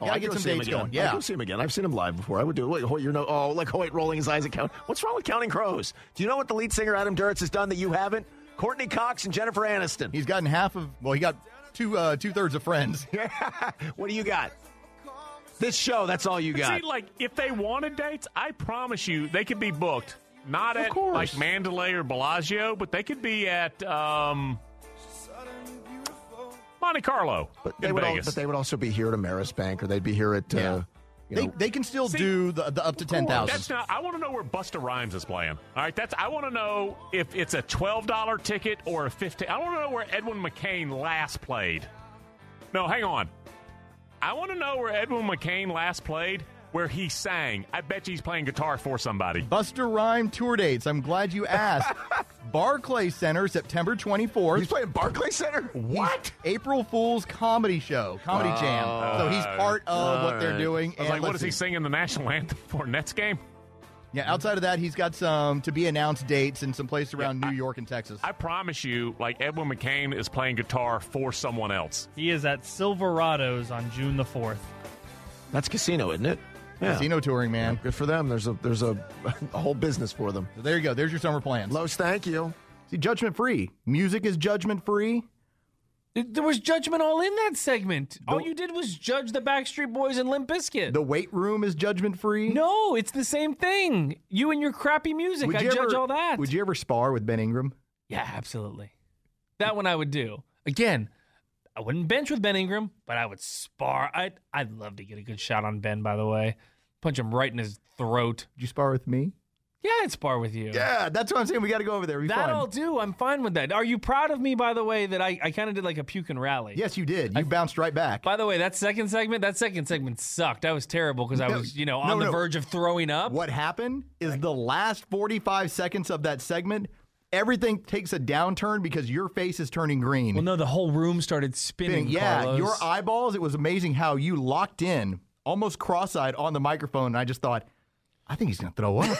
Speaker 10: Oh,
Speaker 4: Gotta
Speaker 10: I
Speaker 4: get
Speaker 10: go
Speaker 4: some
Speaker 10: see him
Speaker 4: dates
Speaker 10: again.
Speaker 4: going.
Speaker 10: I
Speaker 4: Yeah.
Speaker 10: go see him again. I've seen him live before. I would do it. Wait, Hoyt, you're no. Oh, like Hoyt rolling his eyes at count. What's wrong with counting crows? Do you know what the lead singer Adam Duritz has done that you haven't? Courtney Cox and Jennifer Aniston.
Speaker 4: He's gotten half of. Well, he got two uh, two thirds of friends.
Speaker 10: What do you got? This show. That's all you got.
Speaker 9: See, like, if they wanted dates, I promise you they could be booked. Not
Speaker 10: Of
Speaker 9: at
Speaker 10: course.
Speaker 9: like Mandalay or Bellagio, but they could be at um, Monte Carlo
Speaker 10: But
Speaker 9: in
Speaker 10: they, would al-
Speaker 9: Vegas.
Speaker 10: but they would also be here at Ameris Bank, or they'd be here at. Uh,
Speaker 4: Yeah.
Speaker 10: you
Speaker 4: They
Speaker 10: know-
Speaker 4: they can still
Speaker 9: See,
Speaker 4: do the, the up to ten
Speaker 9: That's
Speaker 4: thousand.
Speaker 9: not. I want to know where Busta Rhymes is playing. All right, that's. I want to know if it's a twelve dollar ticket or a fifteen. I want to know where Edwin McCain last played. No, hang on. I want to know where Edwin McCain last played, where he sang. I bet you he's playing guitar for somebody.
Speaker 4: Buster Rhyme tour dates. I'm glad you asked. Barclay Center, September 24th.
Speaker 10: He's playing Barclay Center.
Speaker 4: He's April Fool's comedy show, comedy jam. So he's part of what they're
Speaker 9: I
Speaker 4: doing.
Speaker 9: was
Speaker 4: and
Speaker 9: like, what is he
Speaker 4: listen-
Speaker 9: singing the national anthem for Nets game?
Speaker 4: Yeah, outside of that, he's got some to be announced dates and some place around New York and Texas.
Speaker 9: I promise you, like Edwin McCain is playing guitar for someone else.
Speaker 13: He is at Silverado's on June the 4th.
Speaker 10: That's casino, isn't it? Yeah.
Speaker 4: Casino touring, man.
Speaker 10: Good for them. There's a there's a, a whole business for them.
Speaker 4: there you go. There's your summer plans.
Speaker 10: Los, thank you.
Speaker 4: See, judgment free. Music is judgment free.
Speaker 3: There was judgment all in that segment. all you did was judge the Backstreet Boys and Limp Bizkit.
Speaker 4: The weight room is judgment free.
Speaker 3: No, it's the same thing. You and your crappy music. I judge all that.
Speaker 4: Would you ever spar with Ben Ingram?
Speaker 3: Yeah, absolutely. That one I would do. Again, I wouldn't bench with Ben Ingram, but I would spar. I'd, I'd love to get a good shot on Ben, by the way. Punch him right in his throat.
Speaker 4: Did you spar with me?
Speaker 3: Yeah, I'd spar with you.
Speaker 4: Yeah, that's what I'm saying. We got to go over there. It'd be
Speaker 3: That
Speaker 4: fun.
Speaker 3: I'll do. I'm fine with that. Are you proud of me, by the way, that I, I kind of did like a puke and rally?
Speaker 4: Yes, you did. You bounced right back.
Speaker 3: By the way, that second segment, that second segment sucked. That was terrible because I
Speaker 4: No,
Speaker 3: was, you know,
Speaker 4: no,
Speaker 3: on the
Speaker 4: no.
Speaker 3: verge of throwing up.
Speaker 4: What happened is the last 45 seconds of that segment, everything takes a downturn because your face is turning green.
Speaker 3: Well, no, the whole room started spinning.
Speaker 4: yeah,
Speaker 3: Carlos.
Speaker 4: your eyeballs, it was amazing how you locked in, almost cross-eyed on the microphone, and I just thought, I think he's going to throw up.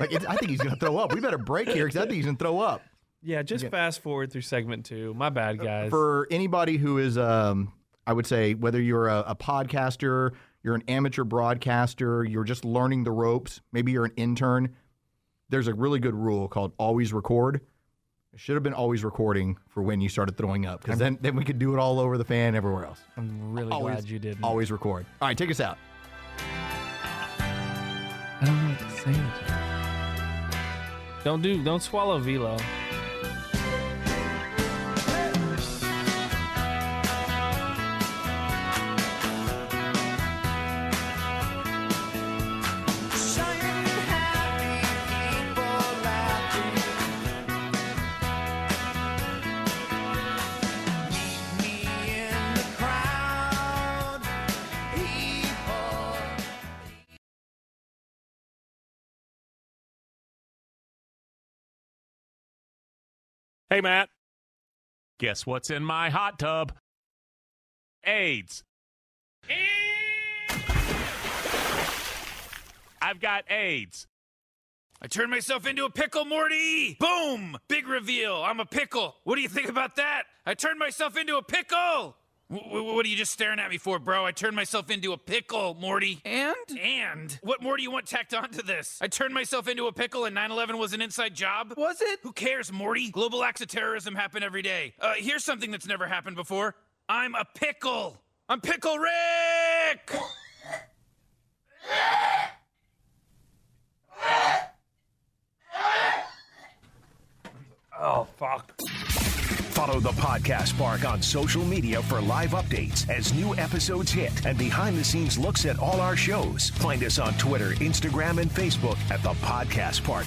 Speaker 4: like, it, I think he's going to throw up. We better break here because I think he's going to throw up.
Speaker 3: Yeah, just fast forward through segment two. My bad, guys.
Speaker 4: Uh, for anybody who is, um, I would say, whether you're a, a podcaster, you're an amateur broadcaster, you're just learning the ropes, maybe you're an intern, there's a really good rule called always record. It should have been always recording for when you started throwing up because then, then we could do it all over the fan everywhere else.
Speaker 3: I'm really
Speaker 4: always,
Speaker 3: glad you didn't.
Speaker 4: Always record. All right, take us out.
Speaker 3: I don't know what to say. Don't do, don't swallow velo.
Speaker 14: People.
Speaker 9: Hey, Matt. Guess what's in my hot tub? AIDS. I've got AIDS.
Speaker 2: I turned myself into a pickle, Morty! Boom! Big reveal. I'm a pickle. What do you think about that? I turned myself into a pickle! W- w- what are you just staring at me for, bro? I turned myself into a pickle, Morty. And? And? What more do you want tacked onto this? I turned myself into a pickle and 9 11 was an inside job? Was it? Who cares, Morty? Global acts of terrorism happen every day. Uh, here's something that's never happened before I'm a pickle! I'm Pickle Rick!
Speaker 6: Oh, fuck. Follow the podcast Bark on social media for live updates as new episodes hit and behind the scenes looks at all our shows. Find us on Twitter, Instagram, and Facebook at the Podcast Park.